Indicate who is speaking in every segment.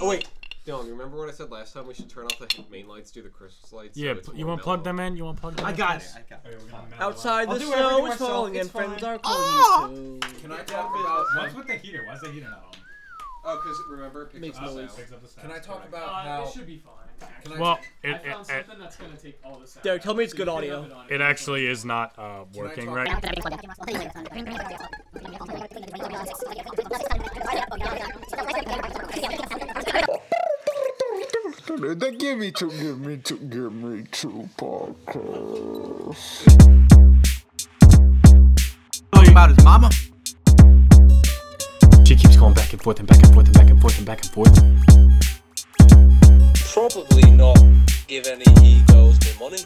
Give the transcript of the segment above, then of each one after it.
Speaker 1: Oh wait, Dylan, remember what I said last time? We should turn off the main lights, do the Christmas lights.
Speaker 2: Yeah,
Speaker 1: so it's
Speaker 2: pl-
Speaker 1: more
Speaker 2: you want to plug
Speaker 1: mellow.
Speaker 2: them in? You want to plug them
Speaker 1: I
Speaker 2: in?
Speaker 1: got it.
Speaker 3: I got
Speaker 4: Okay,
Speaker 3: it.
Speaker 4: we're gonna mellow
Speaker 5: Outside
Speaker 3: I'll
Speaker 5: the
Speaker 3: do everything
Speaker 5: snow is
Speaker 3: myself,
Speaker 5: falling
Speaker 3: it's
Speaker 5: and friends
Speaker 3: fine.
Speaker 5: are calling you
Speaker 3: out.
Speaker 5: so.
Speaker 4: Can I
Speaker 3: Yeah,
Speaker 4: talk
Speaker 3: but-
Speaker 4: about what's with the heater? Why is the heater not on?
Speaker 1: Oh, because remember, it picks
Speaker 5: Makes
Speaker 1: up
Speaker 4: Oh,
Speaker 1: the
Speaker 4: it
Speaker 5: noise.
Speaker 1: sound.
Speaker 4: picks up the sound.
Speaker 6: Can I talk
Speaker 4: Correct.
Speaker 6: about
Speaker 7: Uh,
Speaker 6: how?
Speaker 7: it should be fine.
Speaker 4: Can
Speaker 7: actually.
Speaker 4: I-
Speaker 2: Well,
Speaker 7: I
Speaker 2: it
Speaker 7: found
Speaker 2: it, it,
Speaker 7: something that's gonna take all this out.
Speaker 5: Derek, tell me it's
Speaker 7: You
Speaker 5: good
Speaker 7: can
Speaker 5: audio.
Speaker 7: rub on
Speaker 2: it actually is not uh,
Speaker 6: Can I
Speaker 2: working
Speaker 6: talk-
Speaker 2: right.
Speaker 8: They give me two, give me two, give me two podcast.
Speaker 3: about his mama.
Speaker 2: She keeps going back and forth and back and forth and back and forth and back and forth.
Speaker 9: Probably not give any egos their money.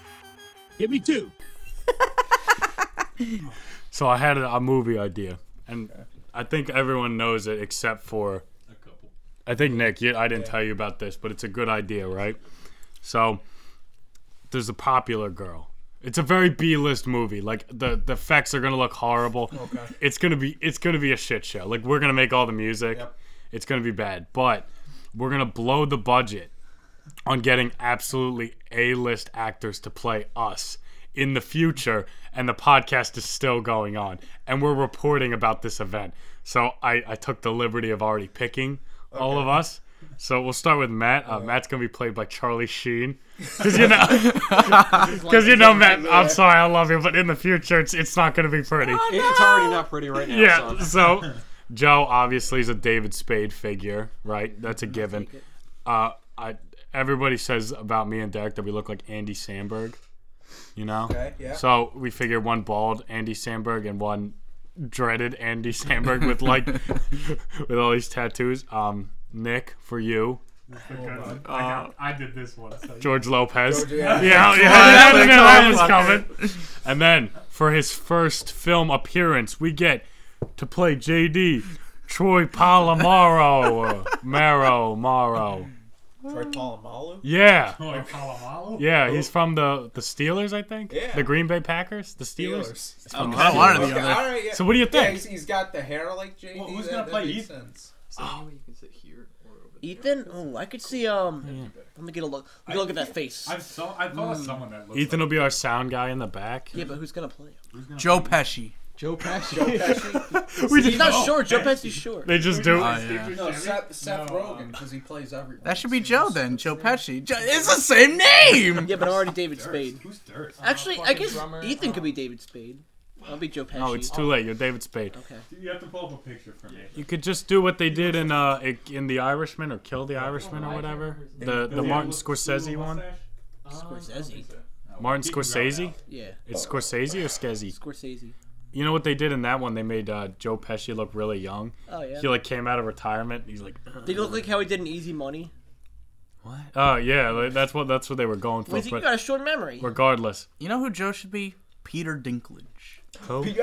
Speaker 2: Give me two. so I had a, a movie idea, and I think everyone knows it except for
Speaker 4: A couple.
Speaker 2: I think Nick, you, I didn't tell you about this, but it's a good idea, right? So there's a popular girl. It's a very B-list movie. Like the the effects are gonna look horrible. Okay. It's gonna be it's gonna be a shit show. Like we're gonna make all the music.
Speaker 4: Yep.
Speaker 2: It's gonna be bad, but we're gonna blow the budget on getting absolutely A-list actors to play us in the future, and the podcast is still going on, and we're reporting about this event. So I I took the liberty of already picking all of us. So we'll start with Matt. Uh, Matt's gonna be played by Charlie Sheen, because you know, because you know, Matt. I'm sorry, I love you, but in the future, it's it's not gonna be pretty.
Speaker 1: It- It's already not pretty right now.
Speaker 2: Yeah.
Speaker 1: son.
Speaker 2: So Joe obviously is a David Spade figure, right? That's a given. Uh, I everybody says about me and Derek that we look like Andy Sandberg, you know.
Speaker 4: Okay, yeah.
Speaker 2: So we figure one bald Andy Sandberg and one dreaded Andy Sandberg with like with all these tattoos. Um, Nick for you. Uh,
Speaker 4: I, got, I did this one. So
Speaker 2: George Lopez.
Speaker 6: George,
Speaker 2: yeah,
Speaker 6: yeah.
Speaker 2: yeah, I knew that was coming. And then for his first film appearance, we get to play JD Troy Palomaro. Maro, Maro.
Speaker 3: Troy Polamalu.
Speaker 2: Yeah.
Speaker 4: Troy Polamalu?
Speaker 2: Yeah, he's from the the Steelers, I think.
Speaker 6: Yeah.
Speaker 2: The Green Bay Packers, the Steelers.
Speaker 4: Steelers.
Speaker 3: I kind of wanted
Speaker 6: Okay,
Speaker 3: the
Speaker 6: all
Speaker 3: other.
Speaker 6: right, yeah.
Speaker 2: So what do you
Speaker 6: Yeah,
Speaker 2: think?
Speaker 6: he's, he's got the hair like JD.
Speaker 4: Well, who's
Speaker 6: that-
Speaker 4: gonna
Speaker 6: that
Speaker 4: play
Speaker 6: makes
Speaker 4: Ethan?
Speaker 6: sense.
Speaker 7: So anyway, you can sit here or over there.
Speaker 5: Ethan? Oh, I could see. Um, let me get a look. Let me look at that face.
Speaker 4: I've so, I thought of someone that looks
Speaker 2: Ethan
Speaker 4: like
Speaker 2: will be our sound guy in the back.
Speaker 5: yeah, but who's gonna play him?
Speaker 3: Joe Pesci.
Speaker 7: Joe Pesci.
Speaker 2: We
Speaker 5: He's
Speaker 2: just,
Speaker 5: not short. Joe Pesci's short.
Speaker 2: they just do.
Speaker 6: No, Seth, Seth
Speaker 4: No, um,
Speaker 6: Rogen because he plays everything.
Speaker 3: That should be Joe then. Joe Pesci. Jo- it's the same name.
Speaker 5: Yeah, but already David Spade.
Speaker 4: Who's Dirt?
Speaker 5: Actually, I
Speaker 7: fucking
Speaker 5: guess
Speaker 7: drummer,
Speaker 5: Ethan
Speaker 7: uh,
Speaker 5: could be David Spade. I'll be Joe Pesci.
Speaker 2: Uh-huh. Oh, it's too late. You're David Spade.
Speaker 5: okay.
Speaker 4: You have to pull up a picture for me.
Speaker 2: You could just do what they did in uh in the Irishman or Kill the Irishman or whatever. The
Speaker 4: Does
Speaker 2: the Martin
Speaker 4: he have a little
Speaker 2: Scorsese one.
Speaker 4: mustache?
Speaker 5: Oh,
Speaker 7: Um,
Speaker 5: Scorsese.
Speaker 2: Martin
Speaker 4: He can grow it
Speaker 2: Scorsese.
Speaker 4: out.
Speaker 5: Yeah.
Speaker 2: It's Scorsese or Scorsese.
Speaker 5: Scorsese.
Speaker 2: You know what they did in that one? They made uh, Joe Pesci look really young.
Speaker 5: Oh yeah.
Speaker 2: He like came out of retirement. and He's like, "Uh,
Speaker 5: They look like how he did in Easy Money.
Speaker 2: oh yeah, like, that's what that's what they were going for.
Speaker 5: Wait, you got
Speaker 2: But
Speaker 5: a short memory.
Speaker 2: regardless,
Speaker 3: You know who Joe should be? Peter Dinklage.
Speaker 4: Oh,
Speaker 5: Okay,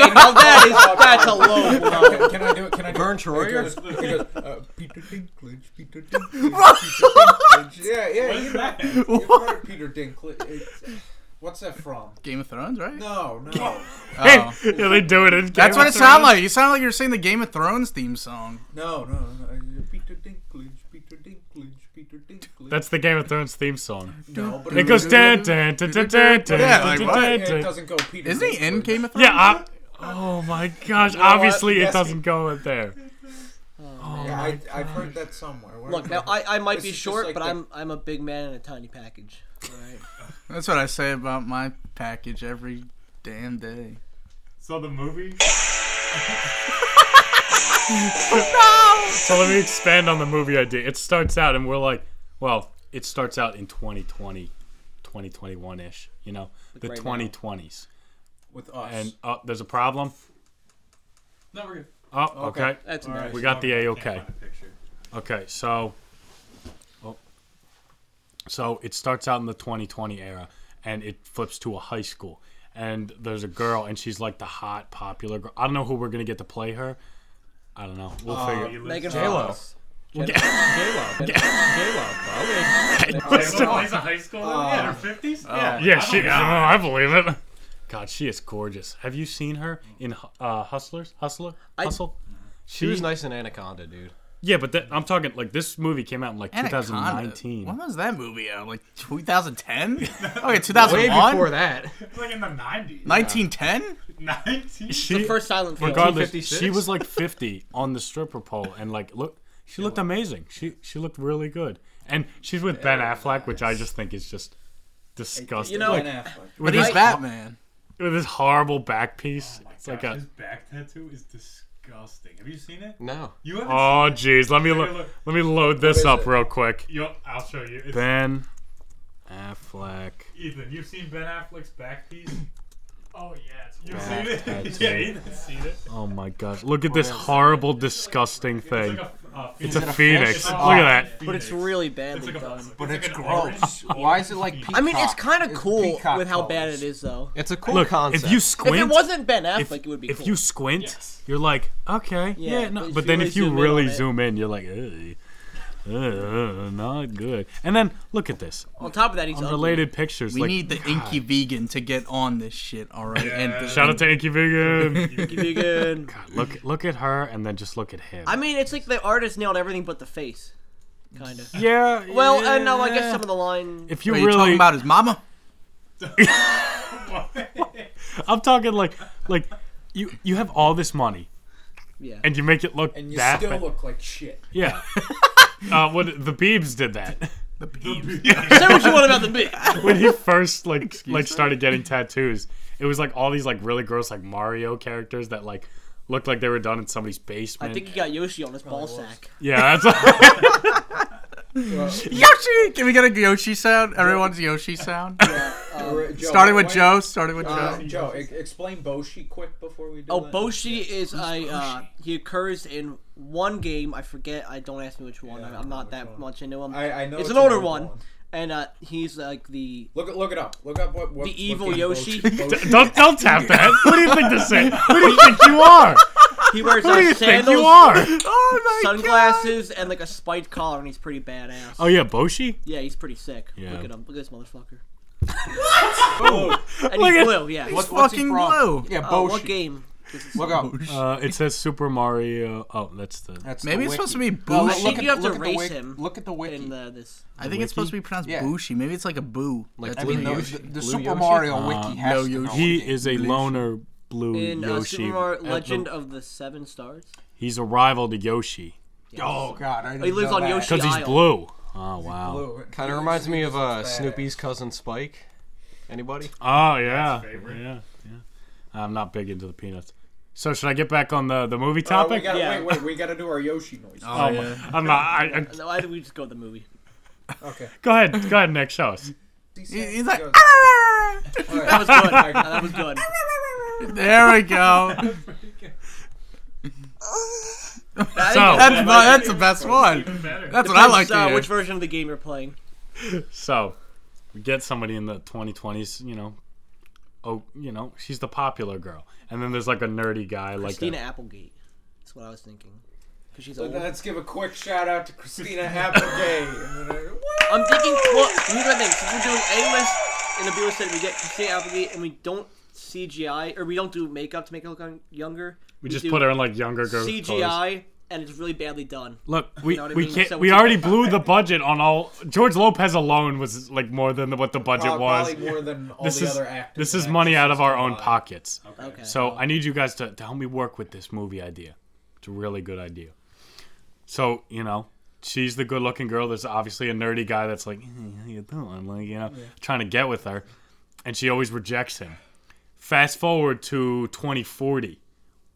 Speaker 5: now that is that's a low blow.
Speaker 6: Can, can I do it? Can I do
Speaker 1: Vern
Speaker 6: it?
Speaker 1: Troyer?
Speaker 6: He goes, he goes, uh, Peter Dinklage. Peter Dinklage. Peter Dinklage. Yeah, yeah.
Speaker 4: What
Speaker 6: you
Speaker 4: is
Speaker 6: know,
Speaker 4: that?
Speaker 6: you've heard Peter Dinklage. It's, what's that from?
Speaker 3: Game of Thrones, right?
Speaker 6: No, no,
Speaker 3: Oh.
Speaker 2: yeah, they do it. In
Speaker 3: That's what it sounded like. You sounded like you were singing the Game of Thrones theme song.
Speaker 6: no, no, no. Peter Dinklage. Peter Dinklage. Peter Dinklage.
Speaker 2: That's the Game of Thrones theme song.
Speaker 6: no, but
Speaker 2: It goes dan dan dan dan dan dan.
Speaker 3: Yeah, like,
Speaker 2: dan,
Speaker 3: what?
Speaker 2: dan,
Speaker 6: It
Speaker 2: dan.
Speaker 6: doesn't go Peter.
Speaker 3: Isn't he in
Speaker 6: Dinklage.
Speaker 3: Game of Thrones?
Speaker 2: Yeah. I, oh my gosh!
Speaker 6: know what?
Speaker 2: Obviously, it
Speaker 6: Yes.
Speaker 2: doesn't go in there.
Speaker 6: Yeah, I, I've heard that somewhere. Where-
Speaker 5: Look, now I, I might
Speaker 6: This
Speaker 5: be
Speaker 6: is just
Speaker 5: short,
Speaker 6: like
Speaker 5: but
Speaker 6: the-
Speaker 5: I'm I'm a big man in a tiny package. Alright.
Speaker 3: That's what I say about my package every damn day.
Speaker 4: So the movie.
Speaker 2: So let me expand on the movie idea. It starts out, and we're like, well, it starts out in 2020, 2021 ish, you know, the
Speaker 5: right now.
Speaker 2: 2020s.
Speaker 6: with us.
Speaker 2: And oh, there's a problem.
Speaker 7: No, we're good.
Speaker 2: Oh, okay.
Speaker 5: That's
Speaker 4: All
Speaker 5: nice.
Speaker 4: right,
Speaker 2: We got the
Speaker 4: Oh, I can't
Speaker 2: A-OK.
Speaker 4: find a picture.
Speaker 2: Okay, so, oh. so it starts out in the 2020 era, and it flips to a high school, and there's a girl, and she's like the hot, popular girl. I don't know who we're gonna get to play her. I don't know. We'll
Speaker 4: He
Speaker 2: figure.
Speaker 4: lives-
Speaker 5: Megan
Speaker 2: J-Lo.
Speaker 5: Fox.
Speaker 4: J-Lo plays a high school in her fifties. Yeah.
Speaker 2: Yeah,
Speaker 4: I
Speaker 2: she.
Speaker 4: don't
Speaker 2: oh,
Speaker 4: know.
Speaker 2: I believe it. God, she is gorgeous. Have you seen her in uh, Hustlers? Hustler?
Speaker 5: I-
Speaker 2: Hustle?
Speaker 1: She was nice in Anaconda, dude.
Speaker 2: Yeah, but that, I'm talking like this movie came out in like
Speaker 3: Anaconda.
Speaker 2: 2019.
Speaker 3: When was that movie out? Like 2010? okay,
Speaker 1: Way
Speaker 3: 2001?
Speaker 1: before that.
Speaker 4: It's like in the 90s.
Speaker 3: 1910?
Speaker 4: 90s?
Speaker 2: She,
Speaker 5: First silent film.
Speaker 2: regardless,
Speaker 1: 1956?
Speaker 2: she was like 50 on the stripper pole, and like look, she looked amazing. She she looked really good, and she's with Ben Affleck, which I just think is just disgusting.
Speaker 5: You know-
Speaker 2: Like, with
Speaker 3: But he's
Speaker 2: his,
Speaker 3: Batman.
Speaker 2: with his horrible back piece, it's like
Speaker 4: Oh Gosh,
Speaker 2: a
Speaker 4: his back tattoo is disgusting. Have you seen it?
Speaker 1: No.
Speaker 4: You haven't seen
Speaker 2: oh jeez. Let me
Speaker 4: Hey,
Speaker 2: lo-
Speaker 4: look.
Speaker 2: let me load this
Speaker 6: is
Speaker 2: up
Speaker 6: it?
Speaker 2: real quick.
Speaker 4: Yo, I'll show you. It's
Speaker 2: Ben Affleck.
Speaker 4: Ethan, you've seen Ben Affleck's back piece?
Speaker 7: Oh yeah, it's
Speaker 4: You've
Speaker 2: Back
Speaker 4: seen it?
Speaker 2: tattoo.
Speaker 4: yeah, Ethan's seen it.
Speaker 2: Oh my gosh! Look at this horrible, disgusting
Speaker 4: It's
Speaker 2: thing.
Speaker 4: like a, uh,
Speaker 2: It's a phoenix. Look at that.
Speaker 5: but it's really badly done.
Speaker 6: But it's
Speaker 4: an
Speaker 6: gross.
Speaker 4: orange-
Speaker 6: Why is it like peacock?
Speaker 5: I mean, it's kind of
Speaker 6: It's
Speaker 5: cool
Speaker 6: peacock
Speaker 5: with how bad
Speaker 6: colors.
Speaker 5: it is, though.
Speaker 1: It's a cool
Speaker 2: Look,
Speaker 1: concept.
Speaker 2: if you
Speaker 5: If
Speaker 2: squint,
Speaker 5: it wasn't Ben Affleck,
Speaker 2: if,
Speaker 5: it would be
Speaker 2: if
Speaker 5: cool.
Speaker 2: you squint,
Speaker 7: Yes.
Speaker 2: you're like, okay, yeah,
Speaker 5: Yeah,
Speaker 2: no.
Speaker 5: but
Speaker 2: But,
Speaker 5: if you
Speaker 2: then
Speaker 5: really
Speaker 2: if you
Speaker 5: zoom in
Speaker 2: really
Speaker 5: on it-
Speaker 2: zoom in, you're like, Ugh, uh, not good. And then look at this
Speaker 5: On top of that, he's unrelated.
Speaker 2: unrelated pictures.
Speaker 3: We
Speaker 2: like,
Speaker 3: need the Inky Vegan to get on this shit, alright? And
Speaker 2: shout out to Inky Vegan.
Speaker 5: Ugly. Vegan.
Speaker 2: look, look at her, and then just look at him.
Speaker 5: I mean, it's like the artist nailed everything but the face, kind of.
Speaker 2: yeah.
Speaker 5: Well,
Speaker 2: yeah.
Speaker 5: and no, I guess some of the line.
Speaker 2: If you
Speaker 3: Wait, you
Speaker 2: really,
Speaker 3: talking about his mama?
Speaker 2: I'm talking like, like, you you have all this money,
Speaker 5: Yeah.
Speaker 2: and you make it look
Speaker 6: And you
Speaker 2: that
Speaker 6: still
Speaker 2: bad.
Speaker 6: look like shit.
Speaker 2: Yeah. uh, what the Beebs did that
Speaker 5: Say what you want about the bit.
Speaker 2: when he first like like started getting tattoos. It was like all these like really gross like Mario characters that like looked like they were done in somebody's basement.
Speaker 5: I think he got Yoshi on his ball sack.
Speaker 2: yeah, that's
Speaker 3: Yoshi! Can we get a Yoshi sound? Everyone's Yoshi sound?
Speaker 6: Or, uh, Joe,
Speaker 3: Starting with
Speaker 6: why-
Speaker 3: Joe, starting with
Speaker 6: Uh,
Speaker 3: Joe.
Speaker 6: Joe, e- explain Boshi quick before we do
Speaker 5: Oh,
Speaker 6: that.
Speaker 5: Boshi is a uh, he occurs in one game. I forget. I don't ask me which one. I'm, I'm not that much into him.
Speaker 6: I, I know
Speaker 5: it's,
Speaker 6: it's
Speaker 5: an older
Speaker 6: old
Speaker 5: one, and uh, he's like the
Speaker 6: Look, look it up. Look up what, what
Speaker 5: The
Speaker 6: what
Speaker 5: evil
Speaker 6: game
Speaker 5: Yoshi.
Speaker 6: Boshi- Boshi-
Speaker 2: don't don't tap that. Who do you think this is? Who do you think you are?
Speaker 5: he wears
Speaker 2: Who do you
Speaker 5: like,
Speaker 2: think
Speaker 5: sandals,
Speaker 2: you are?
Speaker 3: Oh,
Speaker 5: sunglasses, and like a spiked collar, and he's pretty badass.
Speaker 2: Oh yeah, Boshi.
Speaker 5: Yeah, he's pretty sick.
Speaker 2: Yeah.
Speaker 5: Look at him. Look at this motherfucker.
Speaker 6: Oh,
Speaker 5: And
Speaker 2: Look
Speaker 5: he's
Speaker 2: at-
Speaker 5: blue. Yeah.
Speaker 3: It's
Speaker 5: What,
Speaker 6: what's he
Speaker 3: fucking
Speaker 6: from?
Speaker 3: blue.
Speaker 6: Yeah,
Speaker 5: uh,
Speaker 6: Boshi.
Speaker 5: what game?
Speaker 6: Look up.
Speaker 2: Uh, it says Super Mario. Oh, that's the.
Speaker 6: That's
Speaker 3: Maybe
Speaker 6: the
Speaker 3: it's supposed to
Speaker 6: wiki.
Speaker 3: be
Speaker 6: No, look-
Speaker 3: Boosh.
Speaker 6: look at-
Speaker 5: You have to
Speaker 6: look at the
Speaker 5: race
Speaker 6: wiki-
Speaker 5: him
Speaker 6: Look at the wiki.
Speaker 5: In uh, this.
Speaker 3: I think it's supposed to be pronounced
Speaker 6: Yeah.
Speaker 3: Booshi. Maybe it's like a boo.
Speaker 1: Like
Speaker 3: That's
Speaker 1: blue
Speaker 3: what it
Speaker 1: Yoshi.
Speaker 3: is.
Speaker 6: the, the
Speaker 1: Blue
Speaker 6: Super
Speaker 1: Yoshi?
Speaker 6: Mario
Speaker 2: Uh,
Speaker 6: wiki has
Speaker 3: no,
Speaker 6: to know.
Speaker 2: He is a loner blue
Speaker 5: In uh,
Speaker 2: Yoshi.
Speaker 5: Super Mario
Speaker 2: at the-
Speaker 5: Legend of the Seven Stars.
Speaker 2: He's a rival to Yoshi
Speaker 6: Oh God, I didn't
Speaker 5: He lives
Speaker 6: know
Speaker 5: on
Speaker 6: that.
Speaker 5: Yoshi
Speaker 2: because he's
Speaker 5: Isle.
Speaker 2: blue. Oh wow.
Speaker 1: kind of reminds me of uh,
Speaker 6: Badass.
Speaker 1: Snoopy's cousin Spike. Anybody?
Speaker 2: Oh yeah, yeah, yeah. I'm not big into the peanuts. So should I get back on the the
Speaker 5: Oh,
Speaker 2: movie
Speaker 6: Uh, we
Speaker 2: topic?
Speaker 6: gotta,
Speaker 5: Yeah.
Speaker 6: Wait, wait, we gotta do our Yoshi noise.
Speaker 2: Oh, my- I'm not. I, I,
Speaker 5: No, I think we just go to the movie.
Speaker 6: Okay.
Speaker 2: go ahead, go ahead, Nick. Show us.
Speaker 3: He- He's like,
Speaker 5: That was good. that was good.
Speaker 3: there we go.
Speaker 2: So,
Speaker 3: That's, my, that's the best one. That's what I like to
Speaker 5: So,
Speaker 3: hear.
Speaker 5: uh, which version of the game you're playing?
Speaker 2: so we get somebody in the 2020s. You know, oh, you know, she's the popular girl, and then there's like a nerdy guy, like
Speaker 5: Christina
Speaker 2: a,
Speaker 5: Applegate. That's what I was thinking. 'Cause she's old.
Speaker 6: Let's give a quick shout out to Christina Applegate.
Speaker 5: I'm thinking. Well, here's my thing. Since we're doing A list and a B list, that we get Christina Applegate, and we don't CGI or we don't do makeup to make her look un- younger.
Speaker 2: we just
Speaker 5: do
Speaker 2: put her in like younger girl
Speaker 5: CGI,
Speaker 2: clothes.
Speaker 5: and it's really badly done.
Speaker 2: Look, we
Speaker 5: know what I
Speaker 2: we
Speaker 5: mean?
Speaker 2: can't.
Speaker 5: So
Speaker 2: we
Speaker 5: it's like-
Speaker 2: already blew the budget on all. George Lopez alone was like more than what the budget
Speaker 6: Prob-
Speaker 2: was.
Speaker 6: Probably more than all
Speaker 2: This
Speaker 6: the
Speaker 2: is
Speaker 6: other actors.
Speaker 2: this is
Speaker 6: and
Speaker 2: money out
Speaker 6: actresses
Speaker 2: of our own
Speaker 6: combined.
Speaker 2: pockets.
Speaker 5: Okay.
Speaker 2: So I need you guys to, to help me work with this movie idea. It's a really good idea. So, you know, she's the good looking girl. There's obviously a nerdy guy that's like, "Hey, how you doing? Like, you know, trying to get with her. And she always rejects him. Fast forward to 2040.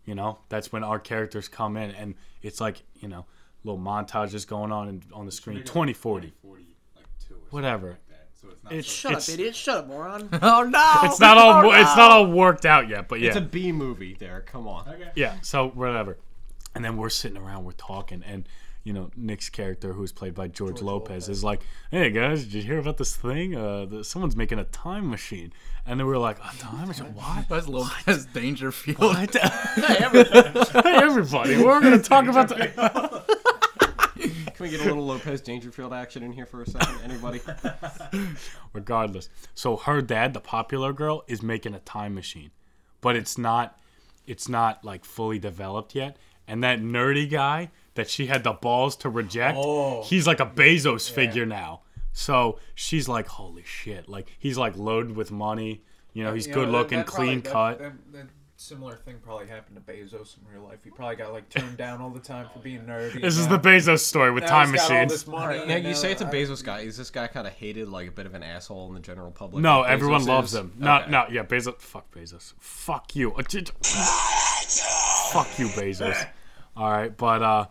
Speaker 2: You know, that's when our characters come in. And it's like, you know, little montages going on in, on the screen. 2040.
Speaker 4: 40, like two or
Speaker 2: Whatever.
Speaker 4: something like that. So it's not
Speaker 2: It's,
Speaker 5: Shut
Speaker 2: it's,
Speaker 5: up, idiot! Shut up, moron!
Speaker 3: oh no!
Speaker 2: it's not all it's not all worked out yet, but yeah.
Speaker 1: It's a B movie. There, come on.
Speaker 2: Yeah, so whatever. And then we're sitting around, we're talking, and you know Nick's character, who's played by George, Lopez, is like, "Hey guys, did you hear about this thing? Uh, the, someone's making a time machine." And then we are like, "A time machine? Why?"
Speaker 3: That's Lopez Dangerfield.
Speaker 2: hey everybody, we're gonna talk about the.
Speaker 1: Can we get a little Lopez Dangerfield action in here for a second? Anybody?
Speaker 2: Regardless, so her dad, the popular girl, is making a time machine, but it's not, it's not like fully developed yet. And that nerdy guy that she had the balls to reject.
Speaker 6: Oh.
Speaker 2: He's like a Bezos figure now. So she's like, holy shit. Like, he's like loaded with money. You know, he's
Speaker 6: You know,
Speaker 2: good
Speaker 6: that-
Speaker 2: looking,
Speaker 6: that probably-
Speaker 2: clean
Speaker 6: that-
Speaker 2: cut.
Speaker 6: that- that Similar thing probably happened to Bezos in real life. He probably got like turned down all the time for being nerdy.
Speaker 2: This is
Speaker 6: Now-
Speaker 2: the Bezos story with
Speaker 6: now
Speaker 2: time
Speaker 6: he's got all this
Speaker 2: machines.
Speaker 6: money,
Speaker 1: Now
Speaker 6: and
Speaker 1: you
Speaker 6: now
Speaker 1: say it's a
Speaker 6: I-
Speaker 1: Bezos guy. Is this guy kind of hated, like a bit of an asshole in the general public?
Speaker 2: No,
Speaker 1: Like
Speaker 2: everyone
Speaker 1: Bezos
Speaker 2: loves
Speaker 1: is?
Speaker 2: him. No,
Speaker 1: Okay.
Speaker 2: no, yeah, Bezos. Fuck Bezos. Fuck you. Uh, did- Fuck you, Bezos. All right, but uh,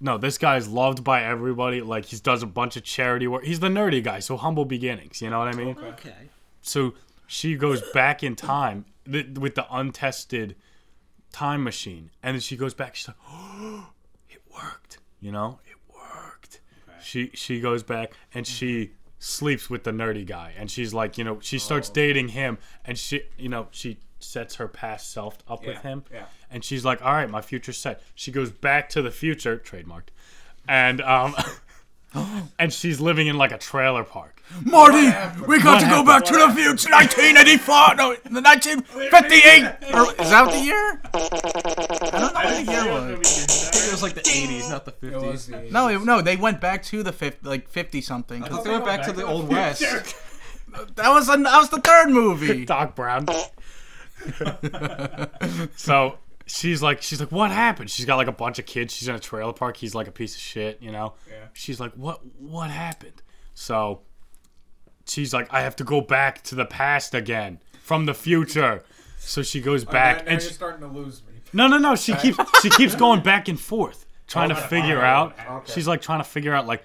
Speaker 2: no, this guy is loved by everybody. Like he does a bunch of charity work. He's the nerdy guy, so humble beginnings. You know what I mean?
Speaker 5: Okay.
Speaker 2: So she goes back in time th- with the untested time machine, and then she goes back. She's like, "Oh, it worked." You know, it worked. She she goes back and
Speaker 6: Mm-hmm.
Speaker 2: she sleeps with the nerdy guy, and she's like, you know,
Speaker 6: Oh.
Speaker 2: she starts dating him, and she, you know, she sets her past self up with him,
Speaker 6: yeah.
Speaker 2: and she's like, "All right, my future's set." She goes back to the future, trademarked, and um. And she's living in like a trailer park.
Speaker 3: Marty, we got to go back to the future, 1984. No, the 1958. Or- Is that the year? I don't know what the year was.
Speaker 1: It was like the 80s, not the 50s.
Speaker 6: It was the-
Speaker 3: No, it, no, they went back to the 50, like 50 something. 'cause
Speaker 1: They went back to the old west.
Speaker 3: That was an, that was the third movie.
Speaker 2: Doc Brown. so she's like, she's like, what happened? She's got like a bunch of kids. She's in a trailer park. He's like a piece of shit, you know. Yeah. She's like, what, what happened? So she's like, I have to go back to the past again from the future. So she goes back
Speaker 6: Now- now
Speaker 2: and
Speaker 6: you're
Speaker 2: she,
Speaker 6: starting to lose me.
Speaker 2: no, no, no. She keeps she keeps going back and forth trying to figure out. She's like trying to figure out like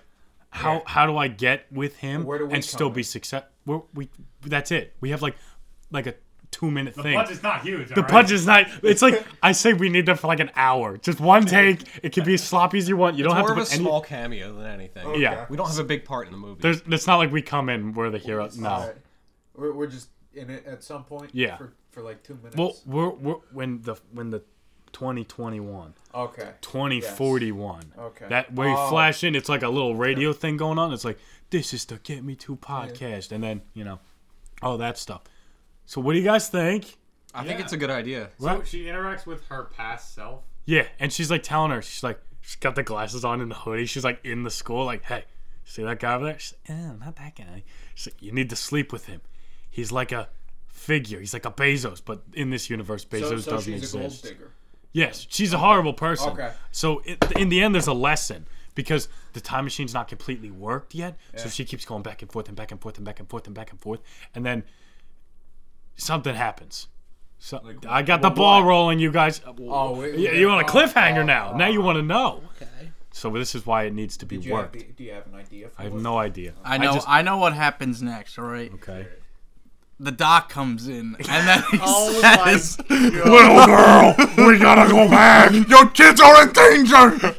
Speaker 2: how how do I get with him
Speaker 6: Where do we
Speaker 2: and still
Speaker 6: come
Speaker 2: be success. We're, we that's it. We have like like a two minute thing.
Speaker 4: Punch is not huge.
Speaker 2: The punch is not. It's like I say, we need that for like an hour. Just one take. It can be as sloppy as you want. You don't
Speaker 1: More
Speaker 2: have to
Speaker 1: of a
Speaker 2: put any.
Speaker 1: small cameo than anything.
Speaker 2: Yeah,
Speaker 1: We don't have a big part in the movie.
Speaker 2: there's. It's not like we come in. We're the hero. No.
Speaker 6: Alright. We're, we're just in it at some point.
Speaker 2: Yeah.
Speaker 6: For, for like two minutes.
Speaker 2: Well, we're, we're when the when the 2021
Speaker 6: okay.
Speaker 2: 2041
Speaker 6: Okay.
Speaker 2: that where you
Speaker 6: Oh.
Speaker 2: flash in it's like a little radio thing going on it's like this is the get me to podcast and then you know all that stuff so what do you guys think
Speaker 1: I think it's a good idea.
Speaker 4: So she interacts with her past self.
Speaker 2: Yeah, and she's like telling her, she's like, she's got the glasses on and the hoodie. She's like in the school, like, hey, see that guy over there? She's like, "Eh, not that guy. She's like, you need to sleep with him. He's like a figure. He's like a Bezos, but in this universe,
Speaker 6: So,
Speaker 2: Bezos
Speaker 6: so
Speaker 2: doesn't
Speaker 6: she's a gold
Speaker 2: exist.
Speaker 6: digger.
Speaker 2: yes, she's a horrible person.
Speaker 6: Okay.
Speaker 2: So in, in the end, there's a lesson because the time machine's not completely worked yet. So she keeps going back and forth and back and forth and back and forth and back and forth, and then something happens. So, I got the ball rolling, you guys.
Speaker 6: Oh, wait,
Speaker 2: Yeah,
Speaker 6: wait,
Speaker 2: you want a
Speaker 6: oh,
Speaker 2: cliffhanger
Speaker 6: oh,
Speaker 2: now. Now you want to know.
Speaker 5: Okay.
Speaker 2: So this is why it needs to be
Speaker 6: Do you, have,
Speaker 2: worked.
Speaker 6: do you have an idea for
Speaker 2: I have
Speaker 6: what-
Speaker 2: no idea.
Speaker 3: I know, I,
Speaker 2: just-
Speaker 3: know what happens next. All right,
Speaker 2: Okay.
Speaker 3: the doc comes in, and then he
Speaker 5: Oh my
Speaker 3: says,
Speaker 2: Little girl, we gotta go back.
Speaker 3: "Your kids are in danger."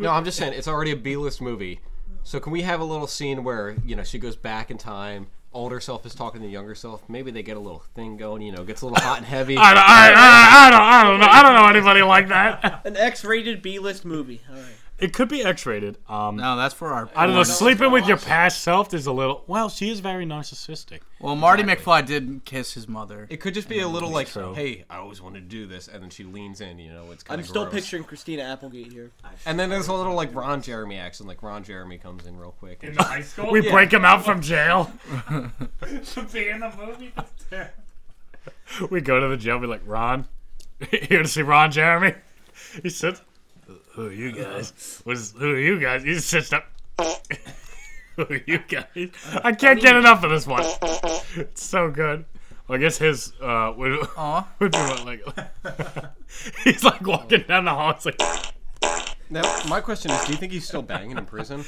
Speaker 1: No, I'm just saying it's already a B-list movie. So can we have a little scene where you know she goes back in time, older self is talking to younger self. Maybe they get a little thing going. You know, gets a little hot and heavy.
Speaker 2: I don't, I, I, I don't, I don't know. I don't know anybody like that.
Speaker 5: An X-rated B-list movie. All right.
Speaker 2: It could be X-rated. Um,
Speaker 3: No, that's for our.
Speaker 2: I don't know. Sleeping with your past self is a little. Well, she is very narcissistic.
Speaker 3: well, Marty McFly did kiss his mother.
Speaker 1: It could just be a little like,
Speaker 2: true.
Speaker 1: hey, I always wanted to do this, and then she leans in. You know, it's kind
Speaker 5: I'm
Speaker 1: of
Speaker 5: still picturing Christina Applegate here.
Speaker 1: And then there's a little like Ron Jeremy action. Like Ron Jeremy comes in real quick.
Speaker 4: In the high school?
Speaker 2: We break him out from jail.
Speaker 4: To be in the movie? That's terrible.
Speaker 2: We go to the jail. Be like, Ron, here to see Ron Jeremy. He sits. Who are you guys? What is, who are you guys? He sits up. who are you guys? I can't get enough of this one. It's so good. Well, I guess his uh would,
Speaker 3: Aw.
Speaker 2: would be what, like. he's like walking down the hall. It's like,
Speaker 1: Now, my question is, do you think he's still banging in prison?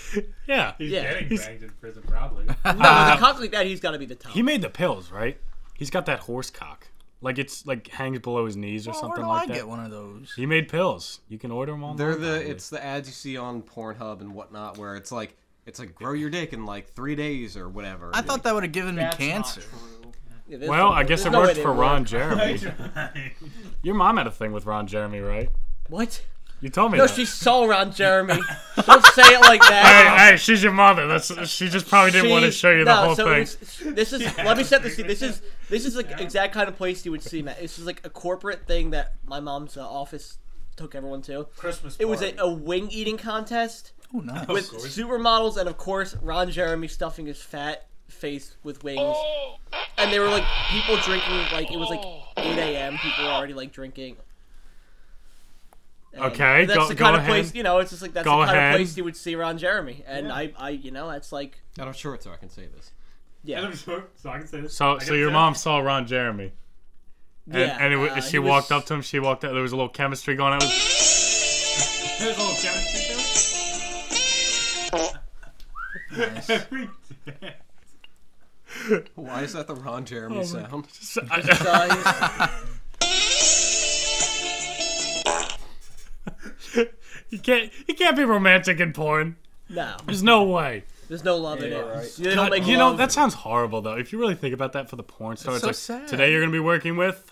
Speaker 2: yeah.
Speaker 4: He's
Speaker 5: Yeah.
Speaker 4: getting
Speaker 2: He's-
Speaker 4: banged in prison, probably.
Speaker 5: No, with a cock like that, he's got to be the top.
Speaker 2: Uh, He made the pills, right? He's got that horse cock. Like it's like hangs below his knees or
Speaker 3: Oh, where
Speaker 2: something
Speaker 3: do
Speaker 2: like
Speaker 3: I
Speaker 2: that.
Speaker 3: get one of those?
Speaker 2: He made pills. You can order them online.
Speaker 1: They're the
Speaker 2: probably.
Speaker 1: it's the ads you see on Pornhub and whatnot, where it's like it's like grow your dick in like three days or whatever.
Speaker 3: I thought that would have given me cancer.
Speaker 5: Yeah, there's
Speaker 2: Well,
Speaker 5: no-
Speaker 2: I guess
Speaker 5: there's
Speaker 2: it
Speaker 5: no way
Speaker 2: worked
Speaker 5: they
Speaker 2: for
Speaker 5: work.
Speaker 2: Ron Jeremy. Your mom had a thing with Ron Jeremy, right?
Speaker 5: What?
Speaker 2: You told me.
Speaker 5: No,
Speaker 2: that.
Speaker 5: she saw Ron Jeremy. Don't say it like that.
Speaker 2: Hey, hey, she's your mother. That's she just probably didn't want to
Speaker 5: She-
Speaker 2: show you the
Speaker 5: no,
Speaker 2: whole
Speaker 5: so
Speaker 2: thing.
Speaker 5: it's- This is let me set the scene. This is this is the exact kind of place you would see Matt. This is like a corporate thing that my mom's uh, office took everyone to.
Speaker 6: Christmas.
Speaker 5: It was a, a wing eating contest
Speaker 3: Oh, nice.
Speaker 5: with supermodels and of course Ron Jeremy stuffing his fat face with wings.
Speaker 2: Oh.
Speaker 5: And they were like people drinking like it was like 8 a.m. People were already like drinking. And
Speaker 2: Okay,
Speaker 5: that's
Speaker 2: go-
Speaker 5: the
Speaker 2: go
Speaker 5: kind of
Speaker 2: ahead.
Speaker 5: place you know. It's just like that's
Speaker 2: Go
Speaker 5: the kind
Speaker 2: ahead.
Speaker 5: of place you would see Ron Jeremy, and I, I, you know, that's like
Speaker 1: And I'm short, so I can say this.
Speaker 5: yeah,
Speaker 4: I'm sure, so I can say this.
Speaker 2: So,
Speaker 4: I
Speaker 2: so
Speaker 4: can
Speaker 2: your
Speaker 4: say
Speaker 2: mom saw Ron Jeremy, and,
Speaker 5: yeah.
Speaker 2: and it, wa-
Speaker 5: uh,
Speaker 2: she
Speaker 5: he was-
Speaker 2: walked up to him. She walked up. There was a little chemistry going on.
Speaker 4: this. There's a little chemistry to it. Every day.
Speaker 1: Why is that the Ron Jeremy sound?
Speaker 2: So- I-
Speaker 5: Uh,
Speaker 2: you can't, you can't be romantic in porn.
Speaker 5: no,
Speaker 2: There's no way.
Speaker 5: there's no love in it. They don't make
Speaker 2: you know
Speaker 5: love.
Speaker 2: that sounds horrible though. If you really think about that for the porn star, it's,
Speaker 1: so
Speaker 2: like
Speaker 1: sad.
Speaker 2: today you're gonna be working with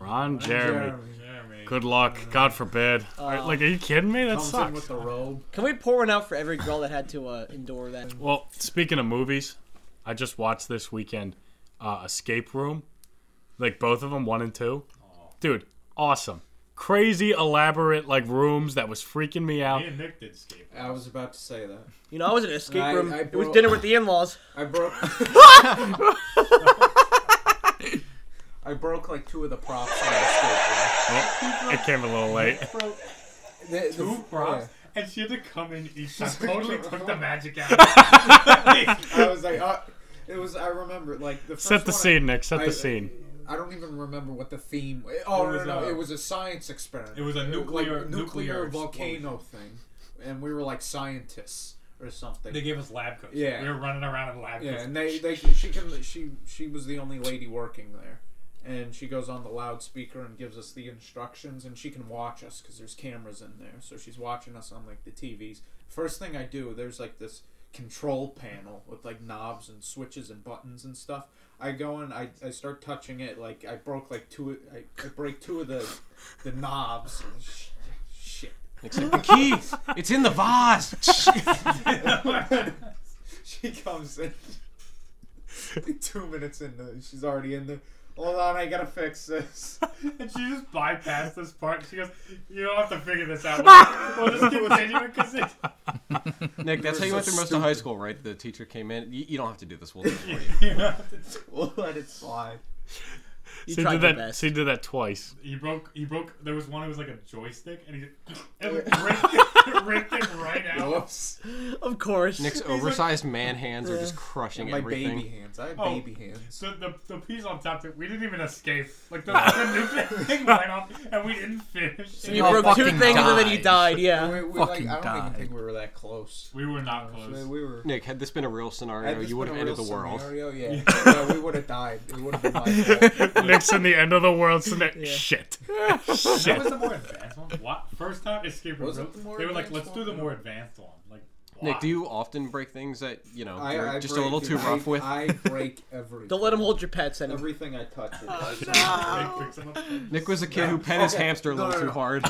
Speaker 2: Ron Jeremy.
Speaker 4: Jeremy.
Speaker 2: Good luck. God forbid. All right, like, are you kidding me? That
Speaker 6: Comes in with
Speaker 2: sucks.
Speaker 6: the robe.
Speaker 5: Can we pour one out for every girl that had to uh, endure that?
Speaker 2: Well, speaking of movies, I just watched this weekend uh, Escape Room, like both of them, one and two. Dude, awesome. Crazy elaborate like rooms that was freaking me out.
Speaker 4: Me and Nick did skate.
Speaker 6: I was about to say that.
Speaker 5: You know, I was in an escape
Speaker 6: I-
Speaker 5: room.
Speaker 6: I
Speaker 5: it was
Speaker 6: brought-
Speaker 5: dinner with the in-laws.
Speaker 6: I broke. I broke like two of the props. on the escape
Speaker 2: It came a little late.
Speaker 6: room. The- the-
Speaker 4: Two props.
Speaker 6: yeah.
Speaker 4: And she had to come in each time. totally took the magic out.
Speaker 6: I was like, uh, it was. I remember like the first
Speaker 2: Set the
Speaker 6: one I-
Speaker 2: scene, Nick. Set
Speaker 6: I-
Speaker 2: the scene.
Speaker 6: I don't even remember what the theme. Oh
Speaker 4: It was,
Speaker 6: no, no,
Speaker 4: uh,
Speaker 6: it was a science experiment.
Speaker 4: it was a nuclear-
Speaker 6: like,
Speaker 4: nuclear
Speaker 6: nuclear volcano thing, and we were like scientists or something.
Speaker 4: they gave us lab coats.
Speaker 6: Yeah.
Speaker 4: We were running around in lab
Speaker 6: yeah,
Speaker 4: coats.
Speaker 6: and they, they she can she she was the only lady working there, and she goes on the loudspeaker and gives us the instructions, and she can watch us because there's cameras in there, so she's watching us on like the TVs. First thing I do, there's like this control panel with like knobs and switches and buttons and stuff. I go and I, I start touching it like I broke like two I, I break two of the the knobs. And sh- shit.
Speaker 1: Except the keys. It's in the vase.
Speaker 6: She comes in. Two minutes in, the, she's already in the. Hold on, I gotta fix this.
Speaker 4: And she just bypassed this part. And she goes, "You don't have to figure this out. We'll, we'll just continue because it's
Speaker 1: Nick, that's how you
Speaker 6: so
Speaker 1: went through most of high school, right? The teacher came in. You, you don't have to do this. We'll do it for you.
Speaker 6: We'll let it slide.
Speaker 5: You
Speaker 2: She
Speaker 5: tried
Speaker 2: did
Speaker 5: your
Speaker 2: that.
Speaker 5: best.
Speaker 2: She did that twice.
Speaker 4: He broke. He broke. There was one. It was like a joystick, and he and ripped, it, ripped it right out.
Speaker 6: Whoops.
Speaker 5: Of course.
Speaker 1: Nick's oversized man hands are just crushing
Speaker 6: My
Speaker 1: everything.
Speaker 6: baby hands. I have
Speaker 4: Oh.
Speaker 6: baby hands.
Speaker 4: So the the piece on top that we didn't even escape. Like the, the nuclear thing went off, and we didn't finish.
Speaker 5: you
Speaker 1: all
Speaker 5: broke two
Speaker 1: fucking
Speaker 5: things and then you died. Yeah.
Speaker 6: We, we, like, I
Speaker 3: Fucking
Speaker 6: don't
Speaker 3: died.
Speaker 6: even think we were that close.
Speaker 4: we were not
Speaker 6: We,
Speaker 4: close.
Speaker 6: we were.
Speaker 1: Nick, had this been a real
Speaker 6: had
Speaker 1: scenario,
Speaker 6: this
Speaker 1: you would
Speaker 6: been
Speaker 1: have
Speaker 6: a
Speaker 1: ended the
Speaker 6: real
Speaker 1: world.
Speaker 6: Scenario, yeah. yeah, we would have died. It would have been my fault.
Speaker 2: Nick's in the end of the world. So Shit.
Speaker 4: That was
Speaker 2: Shit.
Speaker 4: the more advanced one. What? First time escape room.
Speaker 6: Was it the more
Speaker 4: they were like,
Speaker 6: advanced
Speaker 4: let's do the
Speaker 6: one?
Speaker 4: more advanced one. Like,
Speaker 1: Nick,
Speaker 4: why?
Speaker 1: do you often break things that you know
Speaker 6: I,
Speaker 1: you're
Speaker 6: I
Speaker 1: just a
Speaker 6: break
Speaker 1: little
Speaker 6: it.
Speaker 1: too rough
Speaker 6: I,
Speaker 1: with?
Speaker 6: I break everything.
Speaker 5: Don't let him hold your pets anymore.
Speaker 6: Everything I touch. is-
Speaker 1: Uh,
Speaker 4: Nick picks him up.
Speaker 6: Oh.
Speaker 1: Nick was a kid who pet his
Speaker 6: Okay.
Speaker 1: hamster a
Speaker 6: No,
Speaker 1: little
Speaker 6: no,
Speaker 1: too
Speaker 6: no.
Speaker 1: hard.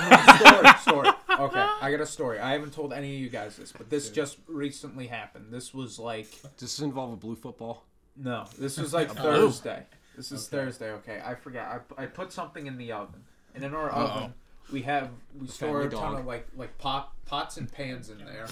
Speaker 6: story, story. Okay, I got a story. I haven't told any of you guys this, but this just recently happened. This was like
Speaker 1: Does this involve a blue football?
Speaker 6: no, this was like
Speaker 4: Oh.
Speaker 6: Thursday. This is Thursday. Okay, I forgot. I, I put something in the oven, and in our oven we have we store a
Speaker 1: family
Speaker 6: ton
Speaker 1: dog.
Speaker 6: of like like pot pots and pans in there,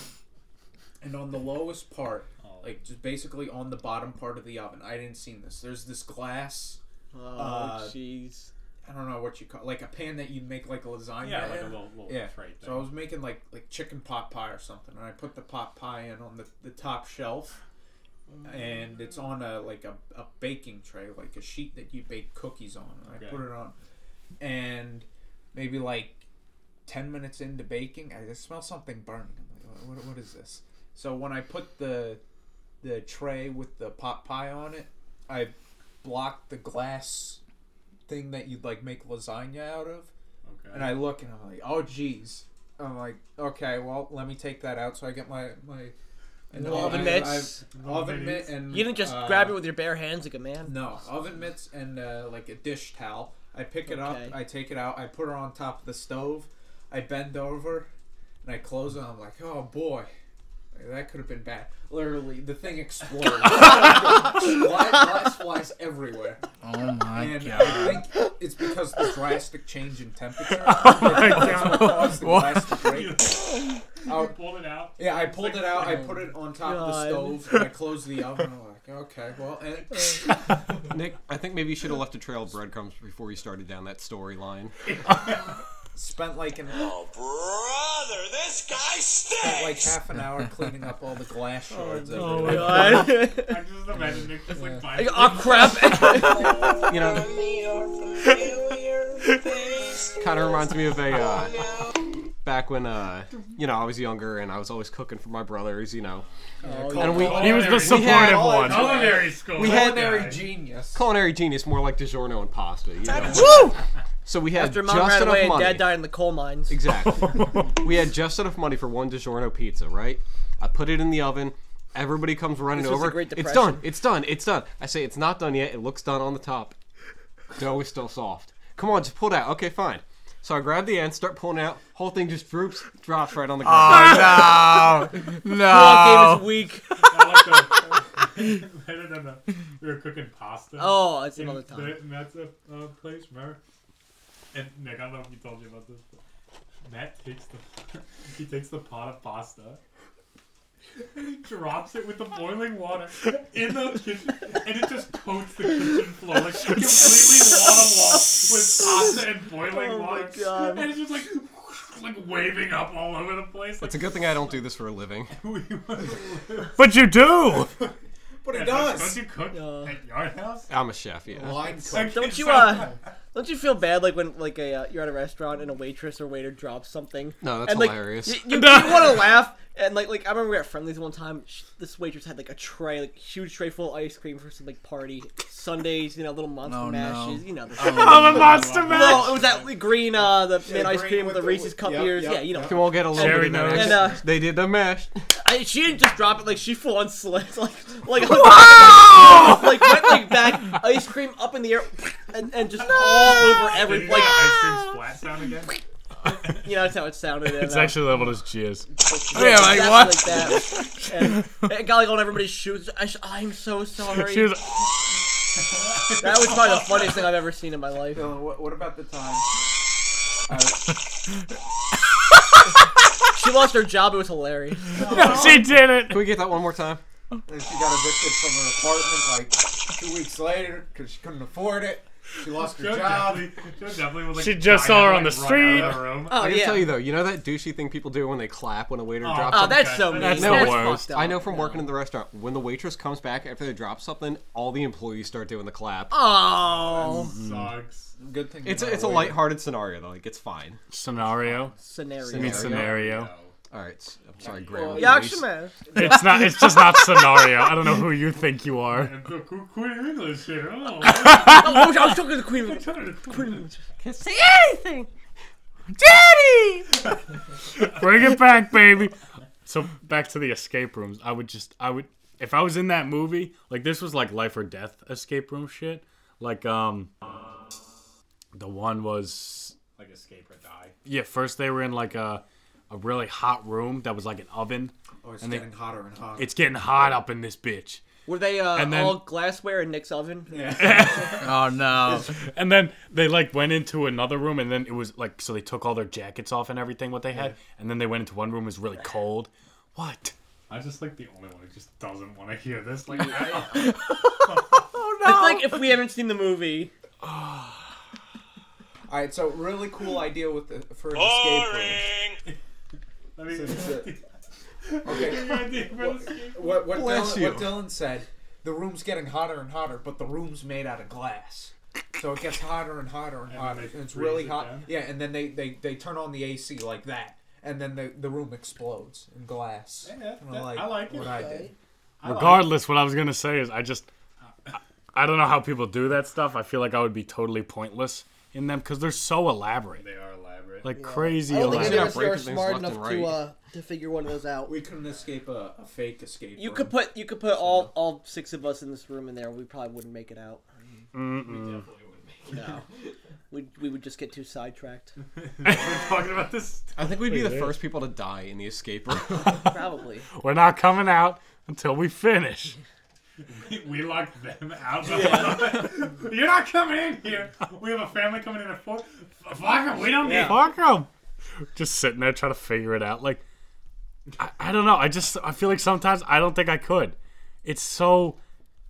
Speaker 6: and on the lowest part,
Speaker 4: Oh.
Speaker 6: like just basically on the bottom part of the oven. I didn't see this. There's this glass.
Speaker 5: Oh,
Speaker 6: Uh,
Speaker 5: jeez.
Speaker 6: I don't know what you call like a pan that you make like lasagna.
Speaker 4: Yeah, like a
Speaker 6: in.
Speaker 4: little, little
Speaker 6: Yeah.
Speaker 4: tray thing.
Speaker 6: So I was making like like chicken pot pie or something, and I put the pot pie in on the, the top shelf, and it's on a like a, a baking tray, like a sheet that you bake cookies on. And I
Speaker 4: Okay.
Speaker 6: put it on, and maybe like ten minutes into baking, I just smell something burning. I'm like, what, what is this? So when I put the the tray with the pot pie on it, I blocked the glass thing that you'd like make lasagna out of.
Speaker 4: Okay.
Speaker 6: And I look and I'm like, oh geez. I'm like, okay, well, let me take that out so I get my my an
Speaker 5: Oven mitts.
Speaker 6: I- oven mitt, and
Speaker 5: You didn't just
Speaker 6: uh,
Speaker 5: grab it with your bare hands like a man.
Speaker 6: no oven mitts and uh, like a dish towel. I pick it up,
Speaker 5: Okay.
Speaker 6: I take it out, I put her on top of the stove, I bend over, and I close it. I'm like, oh boy, That could have been bad. Literally, the thing explodes. Flies- flies, flies everywhere.
Speaker 3: Oh my
Speaker 6: And
Speaker 3: god.
Speaker 6: I think it's because the drastic change in temperature.
Speaker 2: God.
Speaker 6: caused the glass to break. Out-
Speaker 4: Pulled it out.
Speaker 6: yeah, I pulled it out. I put it on top of the
Speaker 5: God.
Speaker 6: stove. And I closed the oven. I'm like, okay, well, and it,
Speaker 1: Nick, I think maybe you should have left a trail of breadcrumbs before you started down that storyline.
Speaker 6: spent like an
Speaker 9: Oh, brother, this guy stinks!
Speaker 6: like half an hour cleaning up all the glass shards. everywhere.
Speaker 5: God.
Speaker 4: I just imagine Nick just like bites it.
Speaker 5: oh crap!
Speaker 1: You know, kind of reminds me of a uh, back when uh, you know I was younger and I was always cooking for my brothers. You know, and we
Speaker 2: He was the
Speaker 1: We had
Speaker 2: supportive
Speaker 6: all
Speaker 2: one.
Speaker 4: Oh,
Speaker 6: of-
Speaker 4: Culinary school.
Speaker 1: We had-
Speaker 6: Culinary genius.
Speaker 1: culinary genius more like DiGiorno and pasta. You know,
Speaker 5: Woo!
Speaker 1: so we had
Speaker 5: After
Speaker 1: just
Speaker 5: mom ran
Speaker 1: enough
Speaker 5: away and
Speaker 1: money.
Speaker 5: dad died in the coal mines.
Speaker 1: Exactly. we had just enough money for one DiGiorno pizza, right? I put it in the oven. Everybody comes running
Speaker 5: This was the
Speaker 1: over.
Speaker 5: Great
Speaker 1: it's
Speaker 5: Depression.
Speaker 1: done. It's done. It's done. I say it's not done yet. It looks done on the top. Dough is still soft. Come on, just pull it out. Okay, fine. So I grab the end, start pulling it out. Whole thing just droops, drops right on the ground.
Speaker 3: Ah. Oh no.
Speaker 5: That game
Speaker 3: No.
Speaker 5: is weak.
Speaker 4: I like the- I don't know. We were cooking pasta.
Speaker 5: Oh, it's
Speaker 4: in
Speaker 5: another time.
Speaker 4: the Mezza uh, place, remember? And Nick, I don't know if you told you about this, but Matt takes the he takes the pot of pasta. and he Drops it with the boiling water in the kitchen, and it just coats the kitchen floor like completely waterlogged with pasta and boiling
Speaker 5: Oh my
Speaker 4: water,
Speaker 5: God.
Speaker 4: and it's just like like waving up all over the place. Like
Speaker 1: It's a good thing I don't do this for a living.
Speaker 4: we
Speaker 2: But you do.
Speaker 6: But it
Speaker 4: Don't
Speaker 6: does.
Speaker 4: you cook
Speaker 5: Yeah.
Speaker 4: at Yard House?
Speaker 1: I'm a chef, yeah.
Speaker 6: Line
Speaker 4: Okay,
Speaker 5: Don't you
Speaker 4: so-
Speaker 5: uh? Don't you feel bad like when like a uh, you're at a restaurant and a waitress or waiter drops something?
Speaker 1: No, that's
Speaker 5: and, like,
Speaker 1: hilarious.
Speaker 5: You, you, want to laugh and like like I remember we were at Friendly's one time. sh- This waitress had like a tray, like huge tray full of ice cream for some like party Sundays. You know, little monster
Speaker 3: Oh, no.
Speaker 5: mashes. You know, the
Speaker 2: I'm a monster
Speaker 5: well,
Speaker 2: man.
Speaker 5: it was that green uh the mint ice
Speaker 6: green
Speaker 5: cream
Speaker 6: with
Speaker 5: with the
Speaker 6: the-
Speaker 5: Reese's cup
Speaker 6: yep,
Speaker 5: ears.
Speaker 6: yep,
Speaker 5: yeah, you know.
Speaker 1: Can we all get a little
Speaker 2: Cherry
Speaker 1: bit of
Speaker 2: nose.
Speaker 1: that?
Speaker 5: And uh,
Speaker 1: They did the mash.
Speaker 5: I, she didn't just drop it like she full on slid like like like, like went like back ice cream up in the air and, and just all over
Speaker 4: Did
Speaker 5: every
Speaker 4: you
Speaker 5: like
Speaker 4: like ice cream splat sound again?
Speaker 5: you know that's how it sounded. and,
Speaker 2: It's
Speaker 5: uh,
Speaker 2: actually leveled as jizz.
Speaker 3: Yeah, like
Speaker 5: exactly
Speaker 3: what?
Speaker 5: Like that. And it got like on everybody's shoes. I sh- I'm so sorry.
Speaker 2: She was.
Speaker 5: that was probably the funniest thing I've ever seen in my life.
Speaker 6: Dylan, what, what about the time?
Speaker 5: She lost her job. It was hilarious.
Speaker 2: She did it.
Speaker 1: Can we get that one more time?
Speaker 6: And she got evicted from her apartment like two weeks later because she couldn't afford it. She lost her
Speaker 4: Joe
Speaker 6: job.
Speaker 4: definitely, Joe definitely was like,
Speaker 2: She just saw her on the street.
Speaker 5: Oh
Speaker 1: I can
Speaker 5: yeah.
Speaker 1: tell you though, you know that douchey thing people do when they clap when a waiter drops
Speaker 5: Oh,
Speaker 1: something?
Speaker 5: that's so mean.
Speaker 2: That's
Speaker 5: That's,
Speaker 2: the worst.
Speaker 5: fucked up.
Speaker 1: I know from working in the restaurant, when the waitress comes back after they drop something, all the employees start doing the clap.
Speaker 5: Oh,
Speaker 2: Mm.
Speaker 4: Sucks.
Speaker 6: Good thing.
Speaker 1: It's
Speaker 6: you're
Speaker 1: a,
Speaker 6: not
Speaker 1: it's a
Speaker 6: waiter.
Speaker 1: lighthearted scenario though. Like it's fine.
Speaker 2: Scenario.
Speaker 5: scenario.
Speaker 2: Scenario.
Speaker 1: All right. s- I'm sorry, grammar.
Speaker 5: Yaksha man.
Speaker 2: It's not. It's just not scenario. I don't know who you think you are.
Speaker 4: And the Qu- Queen English here. Oh,
Speaker 5: Oh, I was I was talking to the queen. of- Say anything.
Speaker 2: Bring it back, baby. So back to the escape rooms. I would just. I would. If I was in that movie, like this was like life or death escape room shit. Like um, the one was
Speaker 4: like escape or die.
Speaker 2: yeah. First they were in like a a really hot room that was like an oven.
Speaker 6: Oh, it's
Speaker 2: and they-
Speaker 6: getting hotter and hotter.
Speaker 2: It's getting hot up in this bitch.
Speaker 5: Were they uh,
Speaker 2: And then-
Speaker 5: all glassware in Nick's oven?
Speaker 3: Oh no.
Speaker 2: And then they like went into another room, and then it was like so they took all their jackets off and everything what they had, and then they went into one room it was really cold. What?
Speaker 4: I'm just like the only one who just doesn't want to hear this. Like, I,
Speaker 5: It's like if we haven't seen the movie.
Speaker 6: All right, so really cool idea with the for an escape
Speaker 9: Boring!
Speaker 4: I mean,
Speaker 6: room. Okay, what what
Speaker 1: Bless
Speaker 6: Dylan,
Speaker 1: you.
Speaker 6: what Dylan said. The room's getting hotter and hotter, but the room's made out of glass. So it gets hotter and hotter and hotter,
Speaker 4: they
Speaker 6: and it's
Speaker 4: freeze
Speaker 6: really
Speaker 4: it
Speaker 6: hot.
Speaker 4: down.
Speaker 6: Yeah, and then they, they, they turn on the AC like that, and then the, the room explodes in glass.
Speaker 4: Yeah,
Speaker 6: Kinda
Speaker 4: that- I like it.
Speaker 6: what I did.
Speaker 2: Regardless, what I was gonna say is I just I, I don't know how people do that stuff. I feel like I would be totally pointless in them because they're so elaborate,
Speaker 4: they are elaborate.
Speaker 2: like crazy
Speaker 5: I don't think
Speaker 1: Like,
Speaker 5: any
Speaker 1: yeah,
Speaker 5: of
Speaker 2: elaborate.
Speaker 5: us are
Speaker 1: breaking things
Speaker 5: smart
Speaker 1: left
Speaker 5: enough
Speaker 1: and
Speaker 5: to
Speaker 1: right.
Speaker 5: uh, to figure one of those out.
Speaker 6: We couldn't escape a, a fake escape.
Speaker 5: You
Speaker 6: room.
Speaker 5: could put you could put all all six of us in this room in there. We probably wouldn't make it out. No. we we would just get too sidetracked.
Speaker 2: We're talking about this.
Speaker 1: I think we'd be the first people to die in the escape room.
Speaker 5: Probably. Oh,
Speaker 2: We're not coming out until we finish.
Speaker 4: We locked them out. You're not coming in here. We have a family coming in at four. F- Fuck it, we don't need.
Speaker 2: Fuck 'em. Just sitting there trying to figure it out. Like, I, I don't know. I just I feel like sometimes I don't think I could. It's so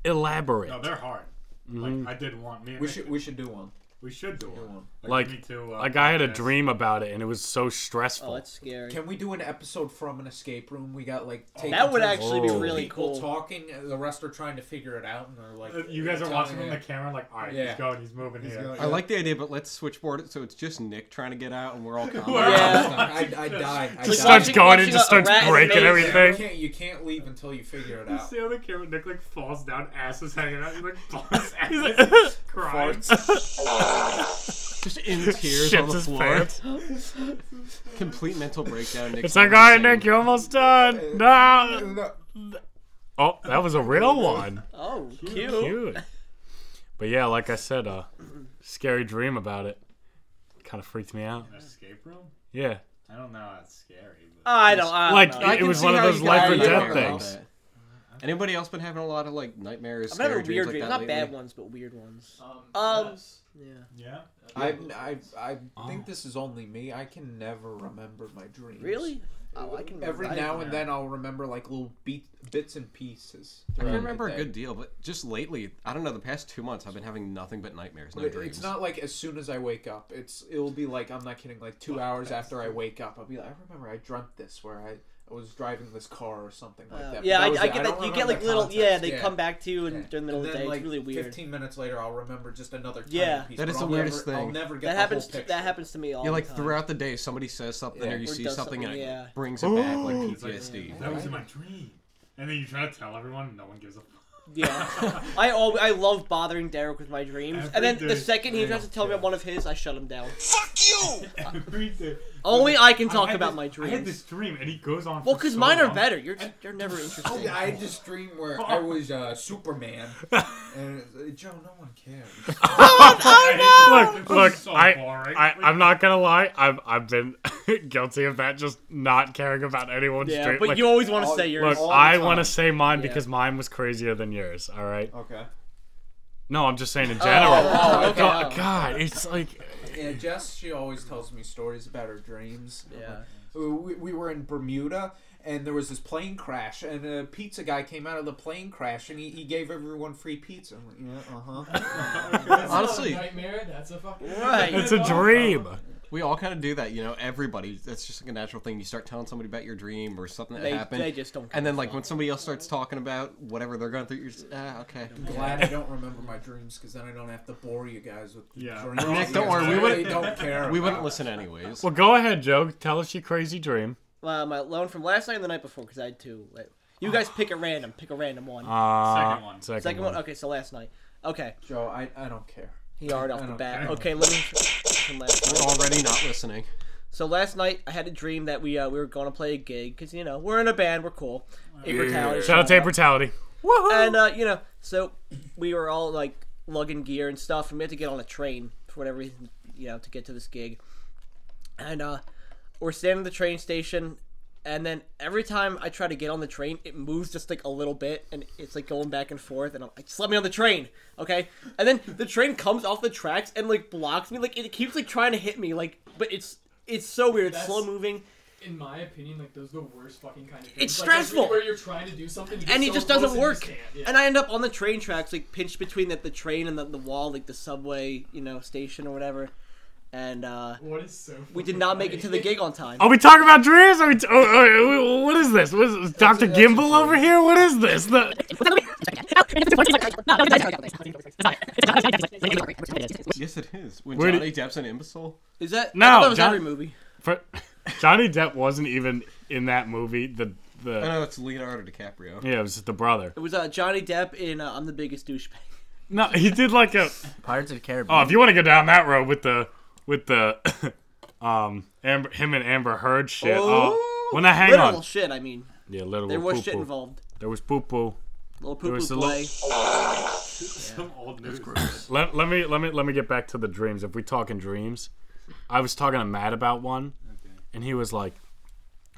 Speaker 2: elaborate.
Speaker 4: No, they're hard.
Speaker 2: Mm.
Speaker 4: Like I did one. Me and
Speaker 6: We
Speaker 4: Nick-
Speaker 6: should we should do one.
Speaker 4: we should do one.
Speaker 2: Like,
Speaker 4: me too, uh,
Speaker 2: like I had a
Speaker 4: podcast.
Speaker 2: dream about it, and it was so
Speaker 5: Oh,
Speaker 2: stressful.
Speaker 5: that's scary.
Speaker 6: Can we do an episode from an escape room? We got like taken
Speaker 5: That would
Speaker 6: turns-
Speaker 5: actually be
Speaker 2: Oh.
Speaker 5: really
Speaker 6: people
Speaker 5: cool.
Speaker 6: talking. and The rest are trying to figure it out, and they're
Speaker 4: Uh,
Speaker 6: like,
Speaker 4: You guys are
Speaker 6: telling
Speaker 4: watching from
Speaker 6: it.
Speaker 4: the camera, like, all right,
Speaker 6: Yeah.
Speaker 4: he's going, he's moving
Speaker 6: He's
Speaker 4: here.
Speaker 6: going,
Speaker 1: I like the idea, but let's switchboard it so it's just Nick trying to get out and we're all commenting.
Speaker 5: Yeah.
Speaker 6: I, I died. I
Speaker 5: Like,
Speaker 2: starts
Speaker 5: watching-
Speaker 6: died.
Speaker 2: going
Speaker 5: watching
Speaker 2: and just
Speaker 5: a
Speaker 2: starts
Speaker 5: rat in
Speaker 2: breaking
Speaker 5: a maze.
Speaker 6: You
Speaker 2: everything.
Speaker 6: can't, you can't leave until you figure it
Speaker 4: You
Speaker 6: out.
Speaker 4: see on the camera, Nick like falls down, ass is hanging out, he like falls ass is crying.
Speaker 1: Just in tears on
Speaker 2: Shits
Speaker 1: the
Speaker 2: his pants.
Speaker 1: floor. Complete mental breakdown. Nick's
Speaker 2: It's like, all right,
Speaker 1: never the same.
Speaker 2: Nick, you're almost done. No.
Speaker 6: No,
Speaker 2: Oh, that was a real one.
Speaker 5: Oh, cute.
Speaker 2: Cute. But yeah, like I said, uh, scary dream about it. Kind of freaked me out.
Speaker 4: Escape room?
Speaker 2: Yeah.
Speaker 4: I don't know. That's scary. But...
Speaker 5: I don't. I don't
Speaker 2: Like,
Speaker 5: know.
Speaker 1: I
Speaker 2: it
Speaker 1: can
Speaker 2: was
Speaker 1: see
Speaker 2: one of
Speaker 1: how you
Speaker 2: those
Speaker 1: can
Speaker 2: life or
Speaker 1: argue
Speaker 2: death
Speaker 1: about
Speaker 2: things.
Speaker 1: that. Anybody else been having a lot of like nightmares?
Speaker 5: I'm having
Speaker 1: scary
Speaker 5: weird
Speaker 1: dreams
Speaker 5: dreams,
Speaker 1: like that
Speaker 5: not
Speaker 1: lately?
Speaker 5: bad ones, but weird ones.
Speaker 7: Um,
Speaker 5: Um,
Speaker 7: yes.
Speaker 5: Yeah.
Speaker 4: Yeah.
Speaker 6: I, I, I
Speaker 5: Oh.
Speaker 6: think this is only me. I can never remember my dreams.
Speaker 5: Really? Oh, I can
Speaker 6: Every
Speaker 5: remember-
Speaker 6: now and then, I'll remember like little beat, bits and pieces.
Speaker 1: I
Speaker 6: throughout
Speaker 1: can
Speaker 6: the
Speaker 1: remember a
Speaker 6: day.
Speaker 1: good deal, but just lately, I don't know. The past two months, I've been having nothing but nightmares, no
Speaker 6: But
Speaker 1: dreams.
Speaker 6: It's not like as soon as I wake up. It's it'll be like I'm not kidding. Like two hours after I wake up, I'll be like, I remember I dreamt this where I, I was driving this car or something like that. But
Speaker 5: Uh, Yeah,
Speaker 6: that
Speaker 5: I,
Speaker 6: was
Speaker 5: I
Speaker 6: it.
Speaker 5: get
Speaker 6: don't
Speaker 5: that. You get like
Speaker 6: remember
Speaker 5: little.
Speaker 6: the
Speaker 5: Yeah,
Speaker 6: context.
Speaker 5: they come back to you and
Speaker 6: Yeah.
Speaker 5: during the middle of
Speaker 6: And
Speaker 5: the day.
Speaker 6: then, like,
Speaker 5: it's really weird.
Speaker 6: Fifteen minutes later, I'll remember just another tiny
Speaker 5: Yeah.
Speaker 6: piece.
Speaker 1: That
Speaker 6: but
Speaker 1: is
Speaker 6: I'll
Speaker 1: the weirdest
Speaker 6: never, I'll
Speaker 1: thing.
Speaker 6: never get
Speaker 5: That
Speaker 6: the
Speaker 5: happens.
Speaker 6: Whole
Speaker 5: To,
Speaker 6: picture.
Speaker 5: that happens to me all
Speaker 1: yeah,
Speaker 5: the
Speaker 1: like
Speaker 5: time.
Speaker 1: throughout the day, somebody says something
Speaker 6: Yeah.
Speaker 1: or you
Speaker 5: Or
Speaker 1: see
Speaker 5: does
Speaker 1: something, and
Speaker 5: something,
Speaker 1: it
Speaker 5: yeah.
Speaker 1: brings it back like PTSD.
Speaker 4: That was in my dream. And then you try to tell everyone, no one gives a fuck.
Speaker 5: Yeah, I always I love bothering Derek with my dreams,
Speaker 4: Every
Speaker 5: and then
Speaker 4: day.
Speaker 5: the second he
Speaker 4: Yeah.
Speaker 5: tries to tell me one of his, I shut him down.
Speaker 9: Fuck you!
Speaker 4: Every day.
Speaker 5: Only I can talk
Speaker 4: I had
Speaker 5: about
Speaker 4: this-
Speaker 5: my
Speaker 4: I had this
Speaker 5: dreams.
Speaker 4: dream, and he goes on.
Speaker 5: Well,
Speaker 4: because
Speaker 5: because mine are better. You're just, you're never interesting.
Speaker 6: I had this dream where I was uh, Superman, and uh, Joe, no one cares.
Speaker 4: Oh,
Speaker 2: Look, look, I, I, I'm not gonna lie. I've, I've been guilty of that, just not caring about anyone's
Speaker 5: Yeah,
Speaker 2: dream.
Speaker 5: but
Speaker 2: Like,
Speaker 5: you always want to
Speaker 6: all-
Speaker 5: say yours.
Speaker 2: look,
Speaker 6: all the
Speaker 2: I want
Speaker 6: time.
Speaker 2: to say mine
Speaker 5: Yeah.
Speaker 2: because mine was crazier than yours. All right.
Speaker 6: Okay.
Speaker 2: No, I'm just saying in general.
Speaker 5: oh, okay.
Speaker 2: God,
Speaker 5: oh.
Speaker 2: God, it's like
Speaker 6: Yeah, Jess, she always tells me stories about her dreams.
Speaker 5: Yeah.
Speaker 6: We, we were in Bermuda and there was this plane crash and a pizza guy came out of the plane crash and he, he gave everyone free pizza. I'm like, yeah, uh-huh.
Speaker 7: That's
Speaker 1: Honestly-
Speaker 7: not a nightmare. That's a fucking.
Speaker 5: Right.
Speaker 2: it's a dream.
Speaker 1: We all kind of do that, you know. Everybody, that's just like a natural thing. You start telling somebody about your dream or something that
Speaker 5: They-
Speaker 1: happened,
Speaker 5: they just don't give
Speaker 1: And then,
Speaker 5: a
Speaker 1: like
Speaker 5: fuck.
Speaker 1: when somebody else starts talking about whatever they're going through, you're just, ah, okay.
Speaker 6: Glad I don't remember my dreams because then I don't have to bore you guys with
Speaker 4: Yeah.
Speaker 6: dreams.
Speaker 1: Nick,
Speaker 6: You
Speaker 1: don't
Speaker 6: guys
Speaker 1: worry, we
Speaker 6: really
Speaker 1: wouldn't-
Speaker 6: don't care.
Speaker 1: We
Speaker 6: about.
Speaker 1: wouldn't listen anyways.
Speaker 2: Well, go ahead, Joe. Tell us your crazy dream.
Speaker 5: Uh, my loan from last night and the night before because I had two. Like, you guys pick a random. Pick a random one.
Speaker 2: Uh,
Speaker 4: Second one.
Speaker 2: Second,
Speaker 5: Second
Speaker 2: one.
Speaker 5: one. Okay, so last night. Okay,
Speaker 6: Joe, I, I don't care.
Speaker 5: he already off
Speaker 6: I
Speaker 5: the
Speaker 6: don't
Speaker 5: bat.
Speaker 4: care.
Speaker 5: Okay, let me. From last night.
Speaker 1: We're already not listening.
Speaker 5: So last night I had a dream that we uh, we were going to play a gig because you know we're in a band, we're cool. Apertality,
Speaker 2: Shout out to Apertality.
Speaker 5: And uh, you know, so we were all like lugging gear and stuff, and we had to get on a train for whatever reason, you know, to get to this gig. And uh, we're standing at the train station, and then every time I try to get on the train, it moves just like a little bit, and it's like going back and forth. And I'm like, just let me on the train, okay? And then the train comes off the tracks and like blocks me, like it keeps like trying to hit me, like but it's it's so weird, it's
Speaker 7: That's-
Speaker 5: slow moving.
Speaker 7: In my opinion, like those are the worst fucking kind of. Things.
Speaker 5: It's
Speaker 7: Like, that's
Speaker 5: stressful.
Speaker 7: Where you're trying to do something, you get
Speaker 5: and it
Speaker 7: so
Speaker 5: just
Speaker 7: close
Speaker 5: doesn't
Speaker 7: and you
Speaker 5: work.
Speaker 7: just can't. Yeah.
Speaker 5: And I end up on the train tracks, like pinched between the, the train and the, the wall, like the subway, you know, station or whatever. And uh,
Speaker 7: what is so?
Speaker 5: we did not make it to the gig on time.
Speaker 2: Are we talking about dreams? Are we t- oh, oh, what is this? What is Dr. Gimble over here? What is this? The-
Speaker 1: Yes, it is. When
Speaker 2: Where did-
Speaker 1: Johnny Depp's an imbecile.
Speaker 5: Is that
Speaker 2: No,
Speaker 5: I thought that was
Speaker 2: John-
Speaker 5: every movie?
Speaker 2: for- Johnny Depp wasn't even in that movie. The
Speaker 1: I
Speaker 2: the
Speaker 1: know it's Leonardo DiCaprio.
Speaker 2: yeah, it was the brother.
Speaker 5: It was uh, Johnny Depp in uh, "I'm the Biggest Douchebag."
Speaker 2: No, he did like a.
Speaker 10: Pirates of the Caribbean.
Speaker 2: Oh, if you want to go down that road with the with the um Amber, him and Amber Heard shit. Oh, when I hang
Speaker 5: Literal
Speaker 2: on.
Speaker 5: shit. I mean,
Speaker 2: Yeah, literal
Speaker 5: there was
Speaker 2: poo
Speaker 5: shit
Speaker 2: poo.
Speaker 5: involved.
Speaker 2: There was poo poo.
Speaker 5: Little poo
Speaker 2: was
Speaker 5: poo
Speaker 2: a lo-
Speaker 5: play.
Speaker 4: Some old news.
Speaker 2: Let, let me let me let me get back to the dreams. If we talking dreams, I was talking to Matt about one, and he was like,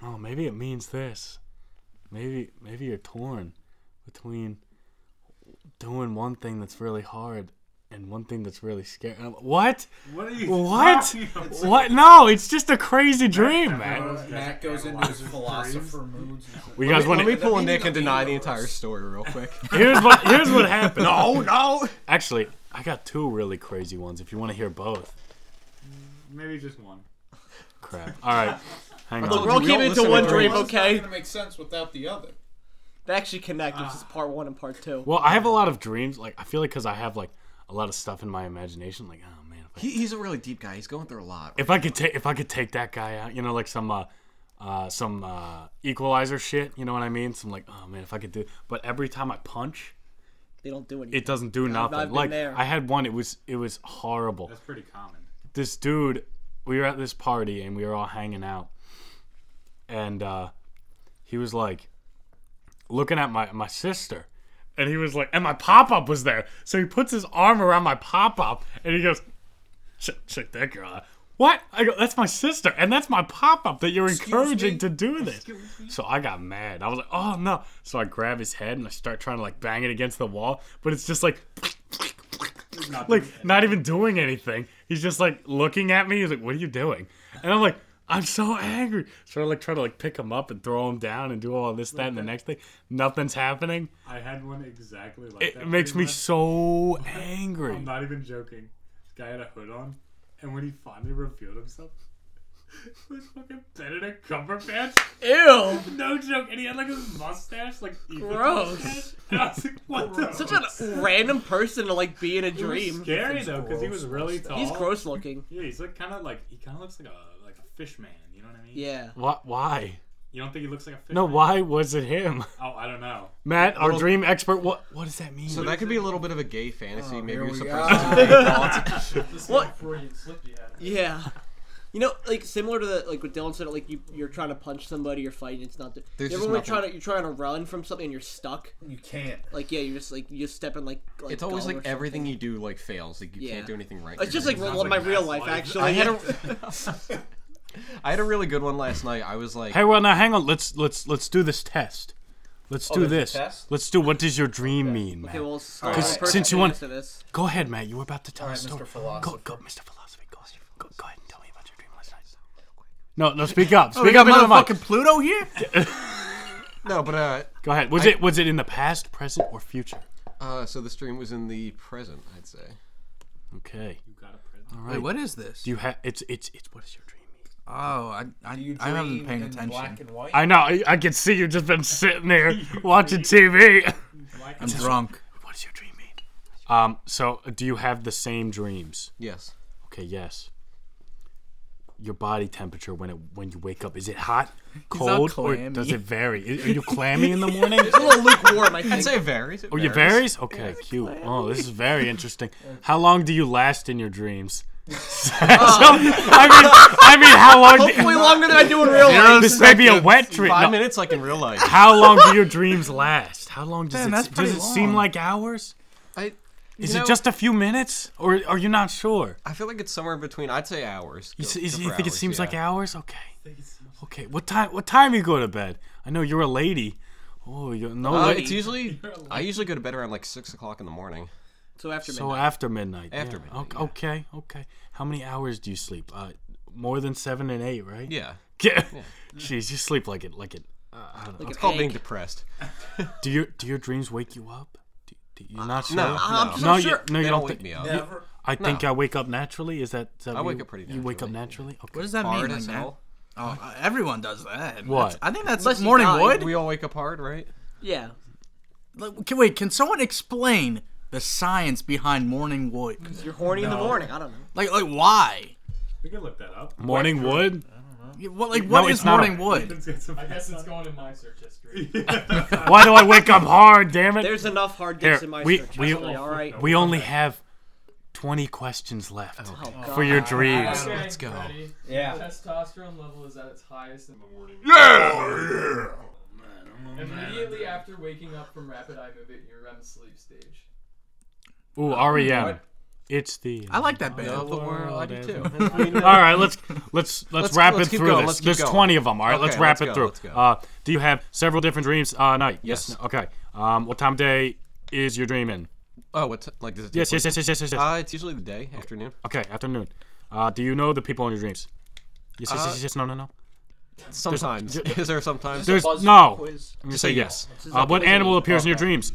Speaker 2: "Oh, maybe it means this. Maybe maybe you're torn between doing one thing that's really hard and one thing that's really scary." And I'm like, what?
Speaker 4: What are you?
Speaker 2: What?
Speaker 4: talking about?
Speaker 2: What? No, it's just a crazy dream, man.
Speaker 6: Matt goes into his philosopher moods.
Speaker 2: We guys want
Speaker 1: Let me
Speaker 2: to.
Speaker 1: pull a Nick and deny the entire story real quick.
Speaker 2: Here's what here's what happened.
Speaker 1: oh no!
Speaker 2: Actually, I got two really crazy ones. If you want to hear both,
Speaker 4: Maybe just one.
Speaker 2: crap. All right, hang
Speaker 5: Look,
Speaker 2: on.
Speaker 5: we're all
Speaker 1: we
Speaker 5: keeping
Speaker 1: don't
Speaker 5: it to
Speaker 1: listen
Speaker 5: one
Speaker 1: to
Speaker 5: dream,
Speaker 6: One's not
Speaker 5: okay?
Speaker 6: gonna make sense without the other.
Speaker 5: They actually connect. This is part one and part two.
Speaker 2: Well, I have a lot of dreams. Like I feel like because I have like a lot of stuff in my imagination. Like oh man, if I,
Speaker 1: He, he's a really deep guy. He's going through a lot.
Speaker 2: if I could take if I could take that guy out, you know, like some uh, uh some uh equalizer shit. You know what I mean? Some like oh man, if I could do. But every time I punch,
Speaker 5: They don't do anything.
Speaker 2: it doesn't do nothing.
Speaker 5: I've been
Speaker 2: like
Speaker 5: there.
Speaker 2: I had one. It was it was horrible.
Speaker 4: That's pretty common.
Speaker 2: this dude we were at this party and we were all hanging out and uh he was like looking at my my sister and he was like and my pop-up was there so he puts his arm around my pop-up and he goes check, check that girl out what i go that's my sister and that's my pop-up that you're encouraging to do this so i got mad i was like oh no so i grab his head and i start trying to like bang it against the wall but it's just like like not even doing anything. He's just like looking at me. He's like, "What are you doing?" And I'm like, "I'm so angry." So I like try to like pick him up and throw him down and do all this, that, and the next thing. Nothing's happening.
Speaker 4: I had one exactly like
Speaker 2: It
Speaker 4: that.
Speaker 2: makes me
Speaker 4: pretty much.
Speaker 2: so
Speaker 4: I'm
Speaker 2: angry.
Speaker 4: not even joking. This guy had a hood on, and when he finally revealed himself, it was fucking Benedict Cumberbatch.
Speaker 5: Ew!
Speaker 4: No joke. And he had like a mustache, like even
Speaker 5: Gross.
Speaker 4: mustache. And I was like, what the?
Speaker 5: Such a random person to like be in a
Speaker 4: It was
Speaker 5: dream.
Speaker 4: Scary though, because he was really tall.
Speaker 5: He's gross looking.
Speaker 4: Yeah, he's like kind of like he kind of looks like a like a fish man. You know what I mean?
Speaker 5: Yeah.
Speaker 2: What? Why?
Speaker 4: You don't think he looks like a fish?
Speaker 2: No.
Speaker 4: man?
Speaker 2: Why was it him?
Speaker 4: Oh, I don't know.
Speaker 2: Matt, our dream expert. What? What does that mean?
Speaker 1: So that could be a little bit of a gay fantasy. Maybe
Speaker 6: here
Speaker 1: you're
Speaker 6: we
Speaker 1: suppressing
Speaker 6: go.
Speaker 1: some gay thoughts.
Speaker 7: This
Speaker 5: What?
Speaker 7: what? Freudian slip you had.
Speaker 5: Yeah. You know, like similar to the like what Dylan said, like you you're trying to punch somebody, you're fighting, it's not. The,
Speaker 1: There's
Speaker 5: you
Speaker 1: just
Speaker 5: ever when you're trying
Speaker 1: nothing.
Speaker 5: to you're trying to run from something and you're stuck?
Speaker 6: You can't.
Speaker 5: Like yeah, you're just like you just step in like. like
Speaker 1: It's always
Speaker 5: gum or
Speaker 1: like everything
Speaker 5: something.
Speaker 1: you do like fails. Like you
Speaker 5: Yeah.
Speaker 1: can't do anything right.
Speaker 5: It's just like,
Speaker 4: Sounds
Speaker 5: real-
Speaker 4: like
Speaker 5: my real
Speaker 4: mass
Speaker 5: life,
Speaker 4: life.
Speaker 5: actually.
Speaker 1: I had a, I had a really good one last night. I was like,
Speaker 2: Hey, well, now hang on. Let's let's let's do this test. Let's do
Speaker 6: there's a
Speaker 2: this.
Speaker 6: test?
Speaker 2: Let's do. What does your dream mean, Matt?
Speaker 5: Okay, well, start
Speaker 2: Because
Speaker 5: with the
Speaker 2: since
Speaker 5: person
Speaker 2: you want-
Speaker 5: next to this.
Speaker 2: Go ahead, Matt. You were about to tell
Speaker 6: All
Speaker 2: a
Speaker 6: right,
Speaker 2: story.
Speaker 6: Mr. Philosopher.
Speaker 2: Go, go, Mr. Philosophy. Go, go, go ahead and tell me about your dream last night. No, no, speak up. Speak up, motherfucker.
Speaker 3: Pluto here?
Speaker 1: no, but uh,
Speaker 2: Go ahead. Was it was it in the past, present, or future?
Speaker 1: uh, so the stream was in the present. I'd say.
Speaker 2: Okay.
Speaker 4: You got a present.
Speaker 3: Wait, what is this?
Speaker 2: Do you have? It's it's it's. What is your dream? mean?
Speaker 3: Oh, I I,
Speaker 6: You
Speaker 3: I haven't been
Speaker 6: dream
Speaker 3: paying
Speaker 6: in
Speaker 3: attention.
Speaker 6: Black and white.
Speaker 2: I know. I, I can see you've just been sitting there watching TV.
Speaker 3: I'm drunk.
Speaker 2: what does your dream mean? Um. So, do you have the same dreams?
Speaker 1: Yes.
Speaker 2: Okay. Yes. Your body temperature when it when you wake up is it hot,
Speaker 3: not
Speaker 2: cold, or
Speaker 3: clammy.
Speaker 2: does it vary? Are you clammy in the morning?
Speaker 5: A little lukewarm, I
Speaker 1: I'd
Speaker 5: think.
Speaker 1: say it varies. It
Speaker 2: Oh, you varies? Okay, cute. Oh, this is very interesting. How long do you last in your dreams? So,
Speaker 3: Uh,
Speaker 2: I mean, I mean, how long?
Speaker 5: Way
Speaker 2: Do,
Speaker 5: longer than I do in real life.
Speaker 2: this may be a wet dream.
Speaker 1: Five
Speaker 2: No,
Speaker 1: minutes, like in real life.
Speaker 2: How long do your dreams last? How long does
Speaker 3: Man,
Speaker 2: it
Speaker 3: that's
Speaker 2: does
Speaker 3: pretty
Speaker 2: it seem
Speaker 3: long.
Speaker 2: like hours?
Speaker 1: I,
Speaker 2: Is
Speaker 1: you know,
Speaker 2: it just a few minutes, or are you not sure?
Speaker 1: I feel like it's somewhere in between. I'd say hours.
Speaker 2: You,
Speaker 1: Go-
Speaker 2: s- is-
Speaker 1: go
Speaker 2: you
Speaker 1: for
Speaker 2: think it
Speaker 1: hours,
Speaker 2: seems like
Speaker 1: yeah. Uh,
Speaker 2: hours? Okay. Okay. What time? What time you go to bed? I know you're a lady. Oh, you're no.
Speaker 1: Uh,
Speaker 2: late-
Speaker 1: it's usually I usually go to bed around like six o'clock in the morning.
Speaker 5: So after
Speaker 2: So uh,
Speaker 5: midnight.
Speaker 2: after midnight. yeah. Oh,
Speaker 1: After
Speaker 2: Okay,
Speaker 1: midnight, yeah.
Speaker 2: okay. Okay. How many hours do you sleep? Uh, more than seven and eight, right?
Speaker 1: Yeah,
Speaker 2: Yeah. Jeez, you sleep like it. Like it. Uh, I don't know.
Speaker 1: it's called being depressed.
Speaker 2: Do your Do your dreams wake you up? Do, do, you're not sure.
Speaker 1: Uh, No, no,
Speaker 2: no, you,
Speaker 5: sure.
Speaker 2: no, you
Speaker 1: they don't
Speaker 2: don't
Speaker 1: wake
Speaker 2: think.
Speaker 1: me up.
Speaker 6: Never.
Speaker 2: I think I wake up naturally. Is that? is that
Speaker 1: I
Speaker 2: what
Speaker 1: wake
Speaker 2: you-
Speaker 1: up pretty
Speaker 2: You wake up
Speaker 1: naturally,
Speaker 2: naturally.
Speaker 3: What
Speaker 2: Okay.
Speaker 3: does that
Speaker 1: Hard
Speaker 3: mean?
Speaker 1: as
Speaker 3: Like that?
Speaker 1: hell.
Speaker 3: Oh, uh, everyone does that.
Speaker 2: What?
Speaker 3: That's- I think that's
Speaker 5: Unless you
Speaker 3: morning
Speaker 5: die.
Speaker 3: wood.
Speaker 1: We all wake up hard, right?
Speaker 5: yeah.
Speaker 3: Like, can, wait, can someone explain the science behind morning wood?
Speaker 5: You're horny in the morning. I don't know.
Speaker 3: Like, like why?
Speaker 4: We can look that up.
Speaker 2: Morning wood.
Speaker 3: Yeah, What, like, what is
Speaker 2: it's not a-
Speaker 3: morning wood?
Speaker 4: Let's get some-
Speaker 7: I guess it's going in my search history.
Speaker 2: Why do I wake up hard? Damn it.
Speaker 5: There's enough hard dicks
Speaker 2: Here,
Speaker 5: in my
Speaker 2: we-
Speaker 5: search
Speaker 2: we-
Speaker 5: history, all right?
Speaker 2: we only have twenty questions left
Speaker 1: Oh,
Speaker 5: God.
Speaker 2: for your dreams.
Speaker 7: Okay,
Speaker 1: Let's go.
Speaker 7: ready?
Speaker 6: Yeah.
Speaker 7: Testosterone level is at its highest in the morning.
Speaker 1: Oh,
Speaker 7: Immediately after waking up from rapid eye movement, your REM sleep stage.
Speaker 2: Ooh, REM. It's the.
Speaker 3: I like that band.
Speaker 1: Of the world, I do
Speaker 2: is-
Speaker 1: too.
Speaker 2: all right, let's let's let's,
Speaker 1: Let's-
Speaker 2: wrap
Speaker 1: let's
Speaker 2: it
Speaker 1: keep
Speaker 2: through
Speaker 1: going,
Speaker 2: this.
Speaker 1: let's keep
Speaker 2: There's
Speaker 1: going.
Speaker 2: 20 of them. All right,
Speaker 1: Okay,
Speaker 2: let's wrap
Speaker 1: let's
Speaker 2: it
Speaker 1: go,
Speaker 2: through.
Speaker 1: let's go.
Speaker 2: Uh, do you have several different dreams? Uh, night.
Speaker 1: Yes.
Speaker 2: no, Okay. Um, what time of day is your dream in?
Speaker 1: Oh, what's like? Does it? take
Speaker 2: Yes, yes,
Speaker 1: place-
Speaker 2: yes, yes, yes, yes. yes.
Speaker 1: Uh, it's usually the day, afternoon.
Speaker 2: okay, afternoon. Uh, do you know the people in your dreams? Yes,
Speaker 1: uh,
Speaker 2: yes, yes, yes. No, no, no.
Speaker 1: Sometimes is there sometimes?
Speaker 2: There's
Speaker 5: Buzz
Speaker 2: no.
Speaker 5: quiz.
Speaker 2: I'm gonna say yes.
Speaker 5: is
Speaker 2: Uh,
Speaker 5: like
Speaker 2: what
Speaker 5: a quiz
Speaker 2: animal
Speaker 5: game.
Speaker 2: appears in your dreams?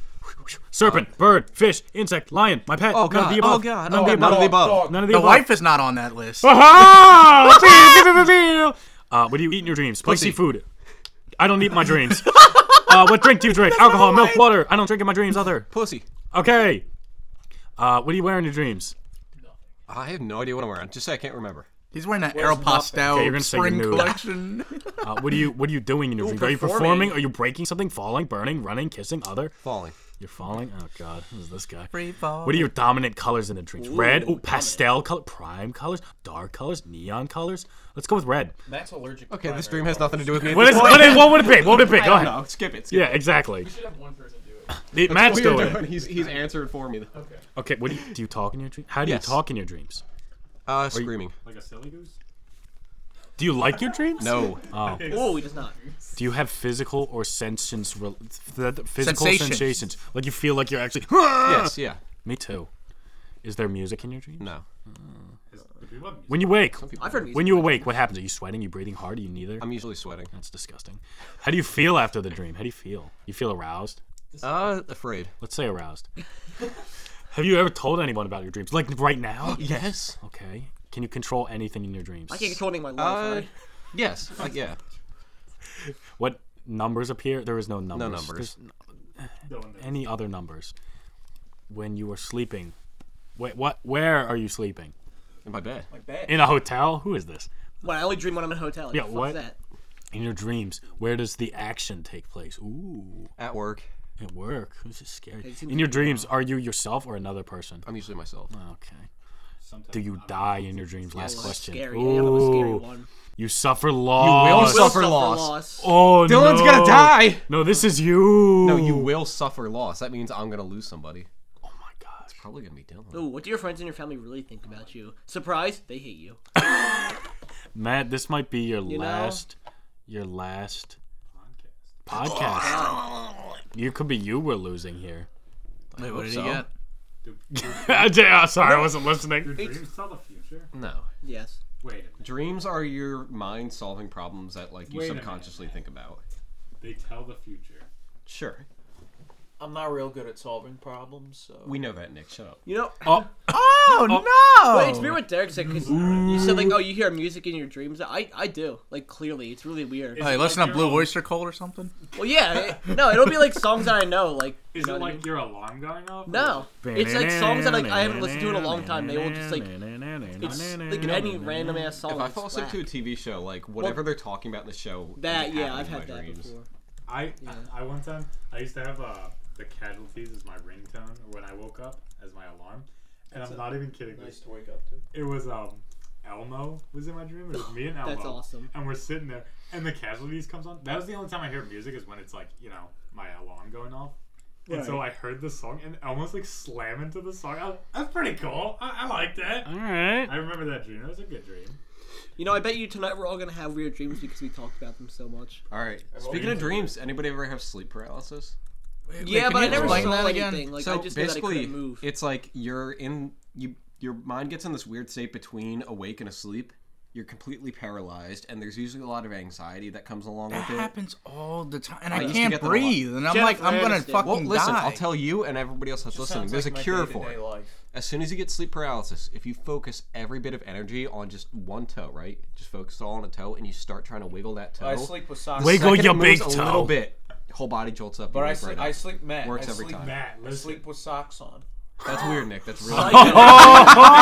Speaker 2: Serpent, bird, fish, insect, lion, my pet. none
Speaker 1: Oh
Speaker 2: of
Speaker 1: god!
Speaker 2: the
Speaker 1: Oh
Speaker 2: above.
Speaker 1: god!
Speaker 2: None of
Speaker 1: oh,
Speaker 2: the
Speaker 1: none of
Speaker 2: above.
Speaker 1: the above.
Speaker 2: None of the
Speaker 3: The
Speaker 2: above.
Speaker 3: wife is not on that list.
Speaker 2: Ah! uh, what do you eat in your dreams? Spicy
Speaker 1: Pussy.
Speaker 2: food. I don't eat in my dreams. uh, what drink do you drink? Alcohol, milk, water. I don't drink in my dreams either.
Speaker 1: Pussy.
Speaker 2: Okay. Uh, what do you wear in your dreams?
Speaker 1: I have no idea what I'm wearing. Just say I can't remember.
Speaker 3: He's wearing that
Speaker 2: Okay, you're gonna
Speaker 3: Aeropostale
Speaker 2: say
Speaker 3: spring
Speaker 2: nude.
Speaker 3: collection.
Speaker 2: Uh, what are you What are you doing in your dreams? Are you performing? Are you breaking something? Falling, burning, running, kissing other?
Speaker 1: Falling.
Speaker 2: You're falling. Oh God, who's this guy?
Speaker 3: Free fall.
Speaker 2: What are your dominant colors in the dreams? red, ooh, pastel color, prime colors, dark colors, neon colors. Let's go with red.
Speaker 6: Matt's allergic.
Speaker 1: Okay, this dream has nothing to do with me.
Speaker 2: What is? What, is, what would it be? What would it be? Go ahead.
Speaker 1: No, skip it. Skip
Speaker 2: Yeah, exactly.
Speaker 7: We should have one person do it.
Speaker 2: The- Matt's
Speaker 1: it. What are you
Speaker 2: doing.
Speaker 1: doing? He's he's answered for me. though.
Speaker 2: Okay, what do you, do you talk in your dreams? How do
Speaker 1: Yes.
Speaker 2: you talk in your dreams?
Speaker 1: Uh, screaming.
Speaker 4: Like a silly goose?
Speaker 2: Do you like your dreams?
Speaker 1: No.
Speaker 2: Oh.
Speaker 5: Oh, he does not.
Speaker 2: Do you have physical or sensations? Re- th- th- physical
Speaker 3: Sensations.
Speaker 2: sensations. Like you feel like you're actually.
Speaker 1: Yes. Yeah.
Speaker 2: Me too. Is there music in your dreams?
Speaker 1: No.
Speaker 4: Is, do you love music?
Speaker 2: When you wake,
Speaker 5: I've heard music.
Speaker 2: when you awake, what happens? Are you sweating? you breathing hard? Are you neither?
Speaker 1: I'm usually sweating.
Speaker 2: That's disgusting. How do you feel after the dream? How do you feel? You feel aroused?
Speaker 1: Uh, afraid.
Speaker 2: Let's say aroused. have you ever told anyone about your dreams? Like right now?
Speaker 1: Yes.
Speaker 2: Okay. Can you control anything in your dreams?
Speaker 5: I can't control any of my
Speaker 1: Uh,
Speaker 5: life.
Speaker 1: yes. Like yeah.
Speaker 2: What numbers appear? There is no numbers.
Speaker 1: numbers.
Speaker 2: There's
Speaker 4: No one does.
Speaker 2: any other numbers. When you are sleeping, wait, what? Where are you sleeping?
Speaker 1: In my bed.
Speaker 2: In a hotel? Who is this?
Speaker 5: Well, I only dream when I'm in a hotel.
Speaker 2: Yeah,
Speaker 5: Fuck
Speaker 2: what?
Speaker 5: That.
Speaker 2: In your dreams, where does the action take place? Ooh,
Speaker 1: At work.
Speaker 2: at work. This is scary.
Speaker 5: seems
Speaker 2: In your dreams, are you yourself or another person?
Speaker 1: I'm usually myself.
Speaker 2: Okay. Do you die in your dreams? Last
Speaker 5: Well,
Speaker 2: question.
Speaker 5: Scary. Yeah, that was a scary
Speaker 2: Ooh,
Speaker 5: one.
Speaker 2: You suffer loss.
Speaker 1: will Suffer loss.
Speaker 2: Oh no.
Speaker 1: Dylan's gonna die.
Speaker 2: No, this is you.
Speaker 1: No, you will suffer loss. That means I'm gonna lose somebody.
Speaker 2: Oh my gosh.
Speaker 1: Probably gonna be Dylan.
Speaker 5: Ooh, what do your friends and your family really think about you? Surprise, they hate you.
Speaker 2: Matt, this might be your
Speaker 5: know?
Speaker 2: last your last podcast. You could be you we're losing here.
Speaker 3: Wait, what did
Speaker 1: so.
Speaker 3: he get?
Speaker 2: I did- oh, sorry, I wasn't listening.
Speaker 4: Dreams tell the future?
Speaker 1: No.
Speaker 5: Yes.
Speaker 4: Wait a minute.
Speaker 1: Dreams are your mind solving problems that like you
Speaker 4: Wait a minute.
Speaker 1: subconsciously think about.
Speaker 4: They tell the future.
Speaker 1: Sure.
Speaker 6: I'm not real good at solving problems, so.
Speaker 1: We know that, Nick. Shut up.
Speaker 5: You know,
Speaker 3: Oh, no!
Speaker 5: Wait, it's weird what Derek said because
Speaker 1: Mm-hmm.
Speaker 5: you said like, oh, you hear music in your dreams. I, I do. Like clearly, it's really weird.
Speaker 4: Is
Speaker 3: Hey,
Speaker 4: it
Speaker 3: listen
Speaker 4: like
Speaker 3: to
Speaker 4: your
Speaker 3: Blue
Speaker 4: own-
Speaker 3: Oyster Cult or something?
Speaker 5: well, yeah, it- no, it'll be like songs that I know. Like, you
Speaker 4: Is
Speaker 5: know
Speaker 4: it
Speaker 5: what I
Speaker 4: like
Speaker 5: mean?
Speaker 4: your alarm going off? or-
Speaker 5: no, it's like songs that like I haven't listened to in a long time. They will just like it's like any random ass song.
Speaker 1: If I
Speaker 5: that's
Speaker 1: fall asleep to a
Speaker 5: whack.
Speaker 1: TV show, like whatever they're talking about in the show, is
Speaker 5: that, yeah,
Speaker 1: happening
Speaker 5: I've
Speaker 1: in my
Speaker 5: had that
Speaker 1: dreams.
Speaker 5: before.
Speaker 4: I, I one time I used to have uh, the casualties as my ringtone when I woke up as my alarm, and I'm not even kidding. Nice to wake up to. It was um, Elmo was in my dream. It was me and Elmo.
Speaker 5: That's awesome.
Speaker 4: And we're sitting there, and the casualties comes on. That was the only time I hear music is when it's like you know my alarm going off. And so I heard the song and almost like slam into the song. I, that's pretty cool. I, I like that.
Speaker 2: Alright.
Speaker 4: I remember that dream. It was a good dream.
Speaker 5: You know, I bet you tonight we're all gonna have weird dreams because we talked about them so much.
Speaker 1: All right. Speaking of dreams, anybody ever have sleep paralysis?
Speaker 5: yeah,
Speaker 3: can
Speaker 5: but I
Speaker 3: you
Speaker 5: never saw
Speaker 3: explain that
Speaker 5: anything.
Speaker 3: again?
Speaker 5: Like,
Speaker 1: so
Speaker 5: I just knew that I
Speaker 1: basically,
Speaker 5: couldn't move.
Speaker 1: it's like you're in you your mind gets in this weird state between awake and asleep. You're completely paralyzed, and there's usually a lot of anxiety that comes along
Speaker 3: That
Speaker 1: with it.
Speaker 3: happens all the time, and I,
Speaker 1: used to
Speaker 3: can't
Speaker 1: get that a lot.
Speaker 3: breathe. And I'm like,
Speaker 5: Jennifer
Speaker 3: I'm gonna
Speaker 5: Aniston.
Speaker 3: fucking
Speaker 1: Well, listen,
Speaker 3: die.
Speaker 1: I'll tell you and everybody else that's listening. There's a cure for it.
Speaker 6: Life.
Speaker 1: As soon as you get sleep paralysis, if you focus every bit of energy on just one toe, right? Just focus it all on a toe, and you start trying to wiggle that toe.
Speaker 6: I sleep with socks.
Speaker 2: Wiggle
Speaker 1: Second it
Speaker 2: your
Speaker 1: moves
Speaker 2: big
Speaker 1: A little
Speaker 2: toe.
Speaker 1: bit. Whole body jolts up.
Speaker 6: But
Speaker 1: and
Speaker 6: I
Speaker 1: wakes
Speaker 6: sleep,
Speaker 1: right
Speaker 6: I
Speaker 1: up.
Speaker 6: sleep Matt.
Speaker 1: Works
Speaker 6: I
Speaker 1: every
Speaker 6: sleep
Speaker 1: time.
Speaker 4: Matt,
Speaker 6: I
Speaker 4: listen.
Speaker 6: sleep with socks on.
Speaker 1: That's weird, Nick. That's really.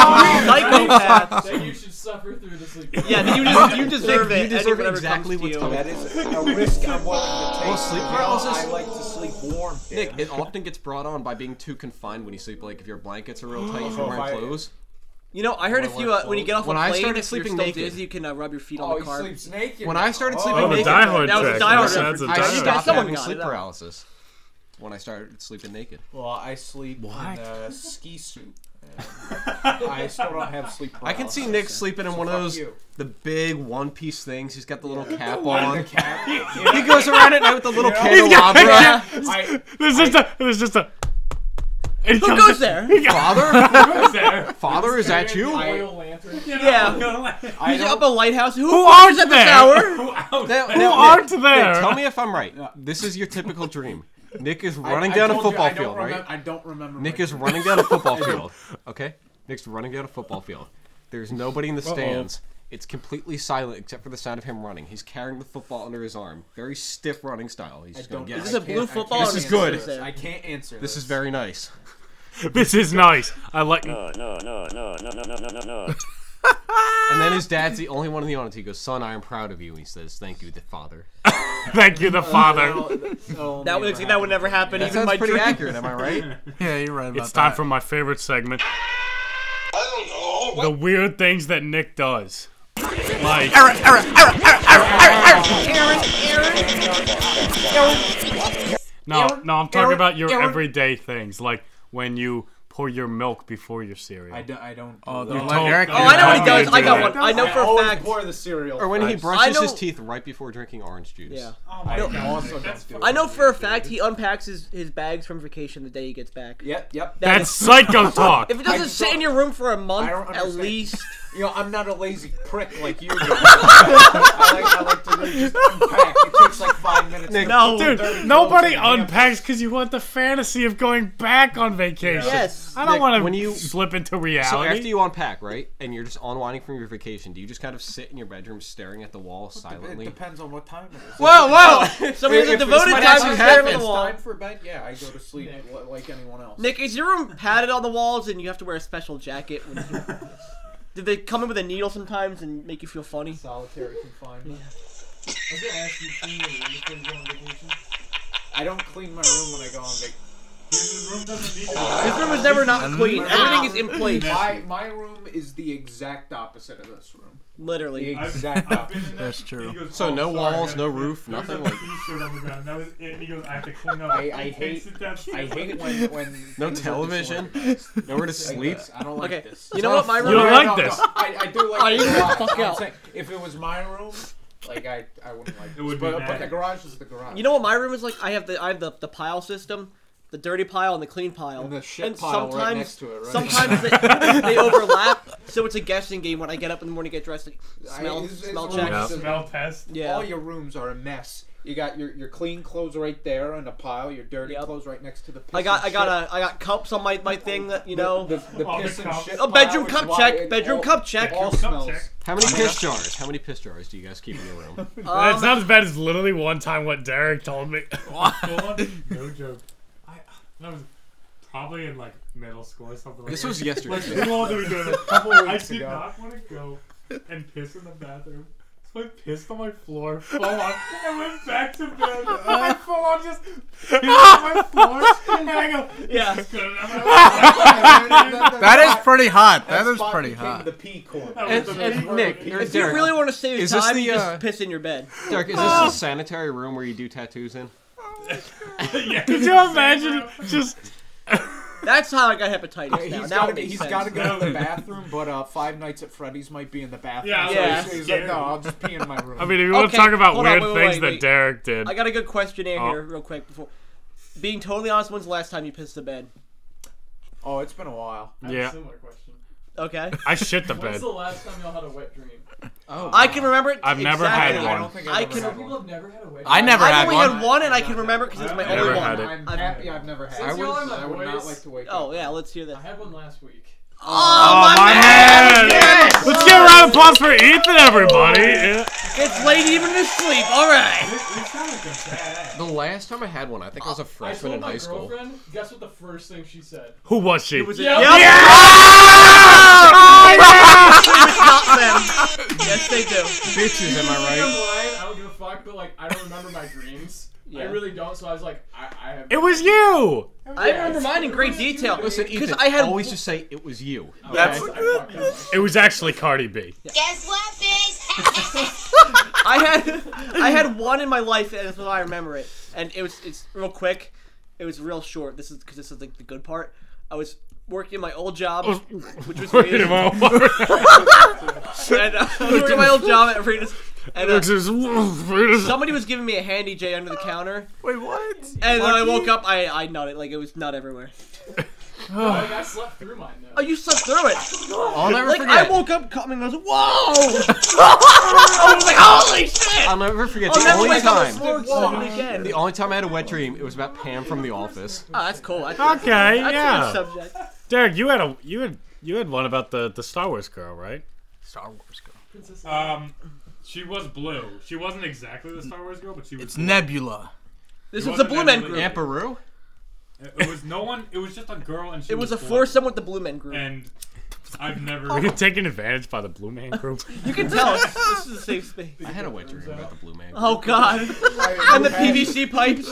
Speaker 5: Psychopath.
Speaker 7: Then you should suffer through the sleep.
Speaker 5: yeah, then you, des- you deserve
Speaker 1: Nick,
Speaker 5: it.
Speaker 1: you deserve
Speaker 5: Anyone ever
Speaker 1: exactly
Speaker 5: comes to
Speaker 1: what's
Speaker 5: you.
Speaker 1: coming.
Speaker 6: That is a risk I'm willing to take.
Speaker 1: Well, sleep
Speaker 6: You know,
Speaker 1: paralysis-
Speaker 6: I like to sleep warm.
Speaker 1: Nick,
Speaker 6: Dan.
Speaker 1: it often gets brought on by being too confined when you sleep. Like if your blankets are real tight, if you're
Speaker 6: Oh,
Speaker 1: wearing
Speaker 6: right.
Speaker 1: clothes.
Speaker 5: You know, I heard if you uh, when you get off
Speaker 1: When
Speaker 5: a
Speaker 1: I
Speaker 5: plane,
Speaker 1: started
Speaker 5: if you're
Speaker 1: sleeping
Speaker 5: still
Speaker 1: naked-
Speaker 5: dizzy, you can uh, rub your feet on
Speaker 6: Oh,
Speaker 5: the
Speaker 6: he
Speaker 5: car.
Speaker 6: sleeping naked.
Speaker 1: When I started
Speaker 6: now.
Speaker 1: sleeping
Speaker 2: Oh, the
Speaker 1: naked,
Speaker 2: Die Hard
Speaker 5: That was a
Speaker 2: trick.
Speaker 5: Die Hard
Speaker 2: That's a
Speaker 5: reference.
Speaker 2: Die
Speaker 1: I
Speaker 5: That's
Speaker 2: Hard
Speaker 5: Die
Speaker 1: stopped
Speaker 5: Someone
Speaker 1: having
Speaker 5: got it
Speaker 1: sleep
Speaker 5: up.
Speaker 1: paralysis. when I started sleeping naked.
Speaker 6: Well, I sleep
Speaker 2: What?
Speaker 6: in a ski suit. and I still don't have sleep
Speaker 1: I can see Nick sleeping in one of
Speaker 6: Oh, fuck
Speaker 1: those
Speaker 6: you.
Speaker 1: the big one piece things. He's got the little cap
Speaker 6: on the
Speaker 1: on.
Speaker 6: cat.
Speaker 1: He goes around at night with the little
Speaker 6: Yeah.
Speaker 1: candelabra.
Speaker 6: I,
Speaker 2: There's just a. There's just a. It
Speaker 5: Who goes there?
Speaker 1: Father,
Speaker 4: Who's there?
Speaker 1: father, is that you?
Speaker 7: Oil lantern.
Speaker 5: Yeah.
Speaker 4: I,
Speaker 6: I
Speaker 5: He's up
Speaker 6: don't,
Speaker 5: a lighthouse. Who, are at
Speaker 2: there?
Speaker 5: this hour?
Speaker 1: Now-
Speaker 2: Who
Speaker 1: now,
Speaker 2: aren't
Speaker 1: Nick,
Speaker 2: there?
Speaker 1: Nick, tell me if I'm right. This is your typical dream. Nick is
Speaker 6: I-
Speaker 1: running
Speaker 6: I
Speaker 1: down a
Speaker 6: told you,
Speaker 1: football
Speaker 6: I don't
Speaker 1: field,
Speaker 6: remem-
Speaker 1: right?
Speaker 6: I don't remember.
Speaker 1: Nick
Speaker 6: my
Speaker 1: is running down a football field. Okay? Nick's running down a football field. There's nobody in the stands. It's completely silent except for the sound of him running. He's carrying the football under his arm. Very stiff running style. He's just going
Speaker 6: don't-
Speaker 1: to get
Speaker 5: Is
Speaker 1: it.
Speaker 5: this a
Speaker 6: can't-
Speaker 5: blue
Speaker 6: I
Speaker 5: football?
Speaker 6: can't
Speaker 5: or
Speaker 1: This is
Speaker 5: it
Speaker 1: good.
Speaker 5: just
Speaker 6: This.
Speaker 5: there?
Speaker 6: I can't answer.
Speaker 1: This is very nice.
Speaker 2: This is nice. I like.
Speaker 1: And then his dad's the only one in the audience. He goes, Son, I am proud of you. And he says, Thank you, the father.
Speaker 2: Thank you, the father.
Speaker 5: That would that would never happen.
Speaker 1: That
Speaker 5: Even
Speaker 1: sounds
Speaker 5: my
Speaker 1: pretty
Speaker 5: dream.
Speaker 1: accurate, am I right?
Speaker 3: Yeah, you're right about
Speaker 2: It's time
Speaker 3: that.
Speaker 2: for my favorite segment:
Speaker 9: I don't know. What
Speaker 2: the weird things that Nick does. Like, no, no, I'm talking about your everyday things, like when you pour your milk before your cereal.
Speaker 6: I, do, I don't.
Speaker 3: Oh,
Speaker 6: do
Speaker 3: they're
Speaker 6: that.
Speaker 3: like-
Speaker 2: Eric,
Speaker 3: Oh,
Speaker 5: Oh, I know what he
Speaker 2: Tell me
Speaker 5: does. I
Speaker 2: you
Speaker 5: got
Speaker 2: do
Speaker 5: one. I know for a
Speaker 6: always
Speaker 5: fact.
Speaker 6: pour the cereal.
Speaker 1: Or when he
Speaker 6: first.
Speaker 1: brushes
Speaker 5: I
Speaker 1: his
Speaker 5: know-
Speaker 1: teeth right before drinking orange juice.
Speaker 5: Yeah.
Speaker 4: oh my
Speaker 6: I
Speaker 4: god.
Speaker 6: also don't do.
Speaker 5: I
Speaker 6: it.
Speaker 5: know for a fact he unpacks his, his bags from vacation the day he gets back.
Speaker 6: Yep, yep.
Speaker 5: That
Speaker 2: That's
Speaker 5: is-
Speaker 2: psycho talk.
Speaker 5: if it doesn't
Speaker 6: I
Speaker 5: sit in
Speaker 6: don't-
Speaker 5: your room for a month,
Speaker 6: I don't
Speaker 5: at
Speaker 6: understand.
Speaker 5: least
Speaker 6: You know, I'm not a lazy prick like you. do. I, like, I like to really just unpack. It takes like five minutes. to
Speaker 5: no.
Speaker 6: put the
Speaker 2: Dude,
Speaker 6: dirty clothes
Speaker 2: nobody
Speaker 6: in the hamper.
Speaker 2: unpacks because you want the fantasy of going back on vacation.
Speaker 5: Yes.
Speaker 2: I don't
Speaker 1: Nick,
Speaker 2: want
Speaker 1: when
Speaker 2: to
Speaker 1: you-
Speaker 2: slip into
Speaker 1: So
Speaker 2: reality.
Speaker 1: after you unpack, right, and you're just unwinding from your vacation, do you just kind of sit in your bedroom staring at the wall
Speaker 6: It
Speaker 1: silently?
Speaker 6: depends on what time it is.
Speaker 5: Whoa, whoa! Somebody has a
Speaker 6: If it's
Speaker 5: devoted
Speaker 6: my
Speaker 5: time
Speaker 6: time
Speaker 5: to staring at
Speaker 1: happens.
Speaker 5: the
Speaker 6: It's
Speaker 5: wall.
Speaker 6: time for bed. Yeah, I go to sleep li- like anyone else.
Speaker 5: Nick, is your room padded on the walls and you have to wear a special jacket? When you... Did they come in with a needle sometimes and make you feel funny?
Speaker 6: solitary confinement.
Speaker 7: I was gonna ask you, clean your room before you go on vacation.
Speaker 6: I don't clean my room when I go on vacation.
Speaker 4: His room doesn't need
Speaker 1: Oh,
Speaker 5: This room is never not clean. Everything is in place.
Speaker 6: My my room is the exact opposite of this room.
Speaker 5: Literally.
Speaker 6: The exact
Speaker 4: I've been
Speaker 6: opposite.
Speaker 4: in there.
Speaker 3: That's true.
Speaker 4: He goes,
Speaker 1: So
Speaker 4: "Oh,
Speaker 1: no
Speaker 4: sorry,
Speaker 1: walls,
Speaker 4: I
Speaker 1: no
Speaker 4: gotta clean."
Speaker 1: roof,
Speaker 4: There was
Speaker 1: nothing
Speaker 4: a
Speaker 1: like-
Speaker 4: T-shirt on the ground. That was it. And he goes, I have to clean up.
Speaker 6: I- I
Speaker 4: He
Speaker 6: hate-
Speaker 4: takes it downstairs.
Speaker 6: I hate it when when
Speaker 1: No
Speaker 6: things are
Speaker 1: television?
Speaker 6: disorganized.
Speaker 1: Nowhere to
Speaker 6: Like
Speaker 1: sleep?
Speaker 6: this. I don't like
Speaker 5: Okay,
Speaker 6: this.
Speaker 5: you know what my
Speaker 1: You
Speaker 5: room
Speaker 2: don't
Speaker 5: is?
Speaker 2: like
Speaker 6: no,
Speaker 2: this.
Speaker 6: No, I, I do like.
Speaker 5: Are you
Speaker 6: the
Speaker 5: gonna
Speaker 6: garage.
Speaker 5: fuck
Speaker 6: I'm
Speaker 5: out?
Speaker 6: saying, If it was my room, like I, I wouldn't like. It
Speaker 4: would be
Speaker 6: but, but
Speaker 4: bad.
Speaker 6: the garage is the garage.
Speaker 5: You know what my room is like? I have the I have the, the pile system, the dirty pile and the clean pile,
Speaker 6: And the shit pile right next to it, right?
Speaker 5: Sometimes they, they overlap, so it's a guessing game. When I get up in the morning, get dressed, like,
Speaker 6: I-
Speaker 5: smell
Speaker 6: it's- it's
Speaker 5: smell
Speaker 6: all
Speaker 5: check.
Speaker 6: just-
Speaker 4: Smell test.
Speaker 5: Yeah.
Speaker 6: All your rooms are a mess. You got your, your clean clothes right there in a pile. Your dirty
Speaker 5: Yep.
Speaker 6: clothes right next to the. Piss
Speaker 5: I got I
Speaker 6: and
Speaker 5: got
Speaker 6: shit.
Speaker 5: a I got cups on my, my thing that you
Speaker 6: The-
Speaker 5: know.
Speaker 6: the, the
Speaker 4: Oh, the
Speaker 6: piss and
Speaker 4: cups.
Speaker 6: shit
Speaker 4: A
Speaker 6: pile
Speaker 5: bedroom
Speaker 6: is
Speaker 5: cup
Speaker 6: why
Speaker 5: check,
Speaker 6: it
Speaker 5: bedroom
Speaker 6: all-
Speaker 5: cup check.
Speaker 6: it All
Speaker 4: Cup
Speaker 6: smells.
Speaker 4: check.
Speaker 1: How many piss jars? How many piss jars do you guys keep in your room?
Speaker 5: Um,
Speaker 2: That's not as bad as literally one time what Derek told me.
Speaker 4: Full on, no joke. I, that was probably in like middle school or something. Like
Speaker 1: This
Speaker 4: that.
Speaker 1: was yesterday.
Speaker 4: Like, how long did we do this? Couple weeks I did
Speaker 6: ago.
Speaker 4: not want to go and piss in the bathroom. So I pissed on my floor, full on, and went back to bed. I
Speaker 2: Uh.
Speaker 4: full on just pissed on my floor, and I go,
Speaker 5: yeah.
Speaker 4: "Good enough." I went back to bed.
Speaker 3: That is pretty hot. That is
Speaker 6: spot
Speaker 3: pretty
Speaker 6: became
Speaker 3: hot.
Speaker 6: The pee corner.
Speaker 4: That was
Speaker 1: And-
Speaker 4: the
Speaker 1: and
Speaker 4: big word.
Speaker 1: Nick, you're-
Speaker 5: If you
Speaker 1: Derek.
Speaker 5: really want to save
Speaker 1: Is this
Speaker 5: time,
Speaker 1: the,
Speaker 5: you
Speaker 1: uh,
Speaker 5: just piss in your bed.
Speaker 1: Derek, is this the sanitary room where you do tattoos in?
Speaker 4: Yeah,
Speaker 2: Could you imagine just
Speaker 5: That's how I got hepatitis. Now,
Speaker 6: He's
Speaker 5: now
Speaker 6: got to
Speaker 5: it
Speaker 6: be.
Speaker 5: makes
Speaker 6: He's
Speaker 5: sense.
Speaker 6: got to go to the bathroom, but uh, Five Nights at Freddy's might be in the bathroom.
Speaker 4: Yeah, I was
Speaker 6: so
Speaker 5: like,
Speaker 6: he's- he's like,
Speaker 4: scared.
Speaker 6: no, I'll just pee in my room.
Speaker 2: I mean, if you want to
Speaker 5: Okay,
Speaker 2: talk about
Speaker 5: hold on,
Speaker 2: weird
Speaker 5: wait, wait,
Speaker 2: things
Speaker 5: wait,
Speaker 2: that
Speaker 5: wait.
Speaker 2: Derek did.
Speaker 5: I got a good questionnaire
Speaker 2: Oh.
Speaker 5: here, real quick. Before being totally honest, when's the last time you pissed the bed?
Speaker 6: oh, it's been a while.
Speaker 7: I have
Speaker 2: Yeah.
Speaker 7: a similar question.
Speaker 5: Okay,
Speaker 2: I shit the
Speaker 7: When's
Speaker 2: bed.
Speaker 7: the last time y'all had a wet dream?
Speaker 5: I can remember it.
Speaker 2: I've never
Speaker 6: I,
Speaker 5: exactly.
Speaker 2: had
Speaker 6: don't- I don't think I've
Speaker 5: I
Speaker 6: ever
Speaker 5: can-
Speaker 6: had
Speaker 7: People
Speaker 6: one.
Speaker 7: have never had a wet dream.
Speaker 3: I never
Speaker 5: I've
Speaker 3: had
Speaker 5: only
Speaker 3: one.
Speaker 5: had one, and I can remember because it's my
Speaker 4: Never
Speaker 5: only one.
Speaker 2: had it.
Speaker 6: I'm
Speaker 5: I've-
Speaker 6: happy I've never had.
Speaker 7: Since
Speaker 6: one.
Speaker 7: y'all are
Speaker 6: I, would,
Speaker 7: my
Speaker 6: I would not
Speaker 7: boys-
Speaker 6: like to wake up.
Speaker 5: Oh yeah, let's hear
Speaker 7: I
Speaker 5: that.
Speaker 7: had one last week.
Speaker 5: Oh, my,
Speaker 2: My man! Let's give a round of applause for Ethan, everybody. Yeah.
Speaker 5: It's late even in his sleep. All right.
Speaker 4: It sounded like a badass.
Speaker 1: The last time I had one, I think I was a freshman
Speaker 7: I
Speaker 1: in
Speaker 7: told my
Speaker 1: high school.
Speaker 7: girlfriend. Guess what the first thing she said?
Speaker 2: Who was she?
Speaker 7: Yeah.
Speaker 5: Yes, they do.
Speaker 1: Bitches, am I
Speaker 7: I'm
Speaker 1: right?
Speaker 7: lying. I don't give a fuck. But like, I don't remember my dreams. I really don't. So I was like, I, I have.
Speaker 2: It was you.
Speaker 5: I remember mine in great detail.
Speaker 1: Listen,
Speaker 5: because
Speaker 1: Ethan,
Speaker 5: I had
Speaker 1: always just say it was you.
Speaker 7: That's. I fucked up.
Speaker 2: It was actually Cardi B.
Speaker 10: Guess what, bitch?
Speaker 5: I had I had one in my life, and that's how I remember it. And it was it's real quick. It was real short. This is because this is like the good part. I was working my old job,
Speaker 1: Oh.
Speaker 5: which was weird.
Speaker 2: Wait, my
Speaker 5: and, uh, I was working my old job at Frida's, and uh,
Speaker 2: old.
Speaker 5: somebody was giving me a handy J under the counter,
Speaker 3: Wait, what?
Speaker 5: and when I woke up, I I nutted like it was nut everywhere.
Speaker 7: Like, I Oh, slept through mine though.
Speaker 5: Oh, you slept through it.
Speaker 1: I'll never
Speaker 5: Like
Speaker 1: forget.
Speaker 5: I woke up coming, I was whoa. I was like, holy shit!
Speaker 1: I'll never forget
Speaker 5: I'll
Speaker 1: the
Speaker 5: never
Speaker 1: only
Speaker 5: wake up
Speaker 1: time.
Speaker 5: and snore excited again.
Speaker 1: The only time I had a wet dream, it was about Pam from The Office.
Speaker 5: Oh, that's cool. That's,
Speaker 2: Okay,
Speaker 5: that's a good
Speaker 2: yeah.
Speaker 5: subject.
Speaker 2: Derek, you had a you had you had one about the the Star Wars girl, right?
Speaker 3: Star Wars girl.
Speaker 4: Um, she was blue. She wasn't exactly the Star Wars girl, but she was.
Speaker 3: It's
Speaker 4: blue.
Speaker 3: Nebula.
Speaker 5: This
Speaker 4: It
Speaker 5: was the
Speaker 4: wasn't
Speaker 5: Blue Men
Speaker 4: Emily.
Speaker 5: group.
Speaker 4: Yeah.
Speaker 1: Amperu?
Speaker 4: It was no one. It was just a girl, and she.
Speaker 5: It was a
Speaker 4: blue.
Speaker 5: foursome with the Blue Men group.
Speaker 4: And I've never.
Speaker 5: Oh,
Speaker 2: Were you taken advantage by the Blue Man Group?
Speaker 5: You can tell us this is a safe space.
Speaker 1: I had a wet dream about the Blue Man.
Speaker 5: Oh god. and the PVC pipes.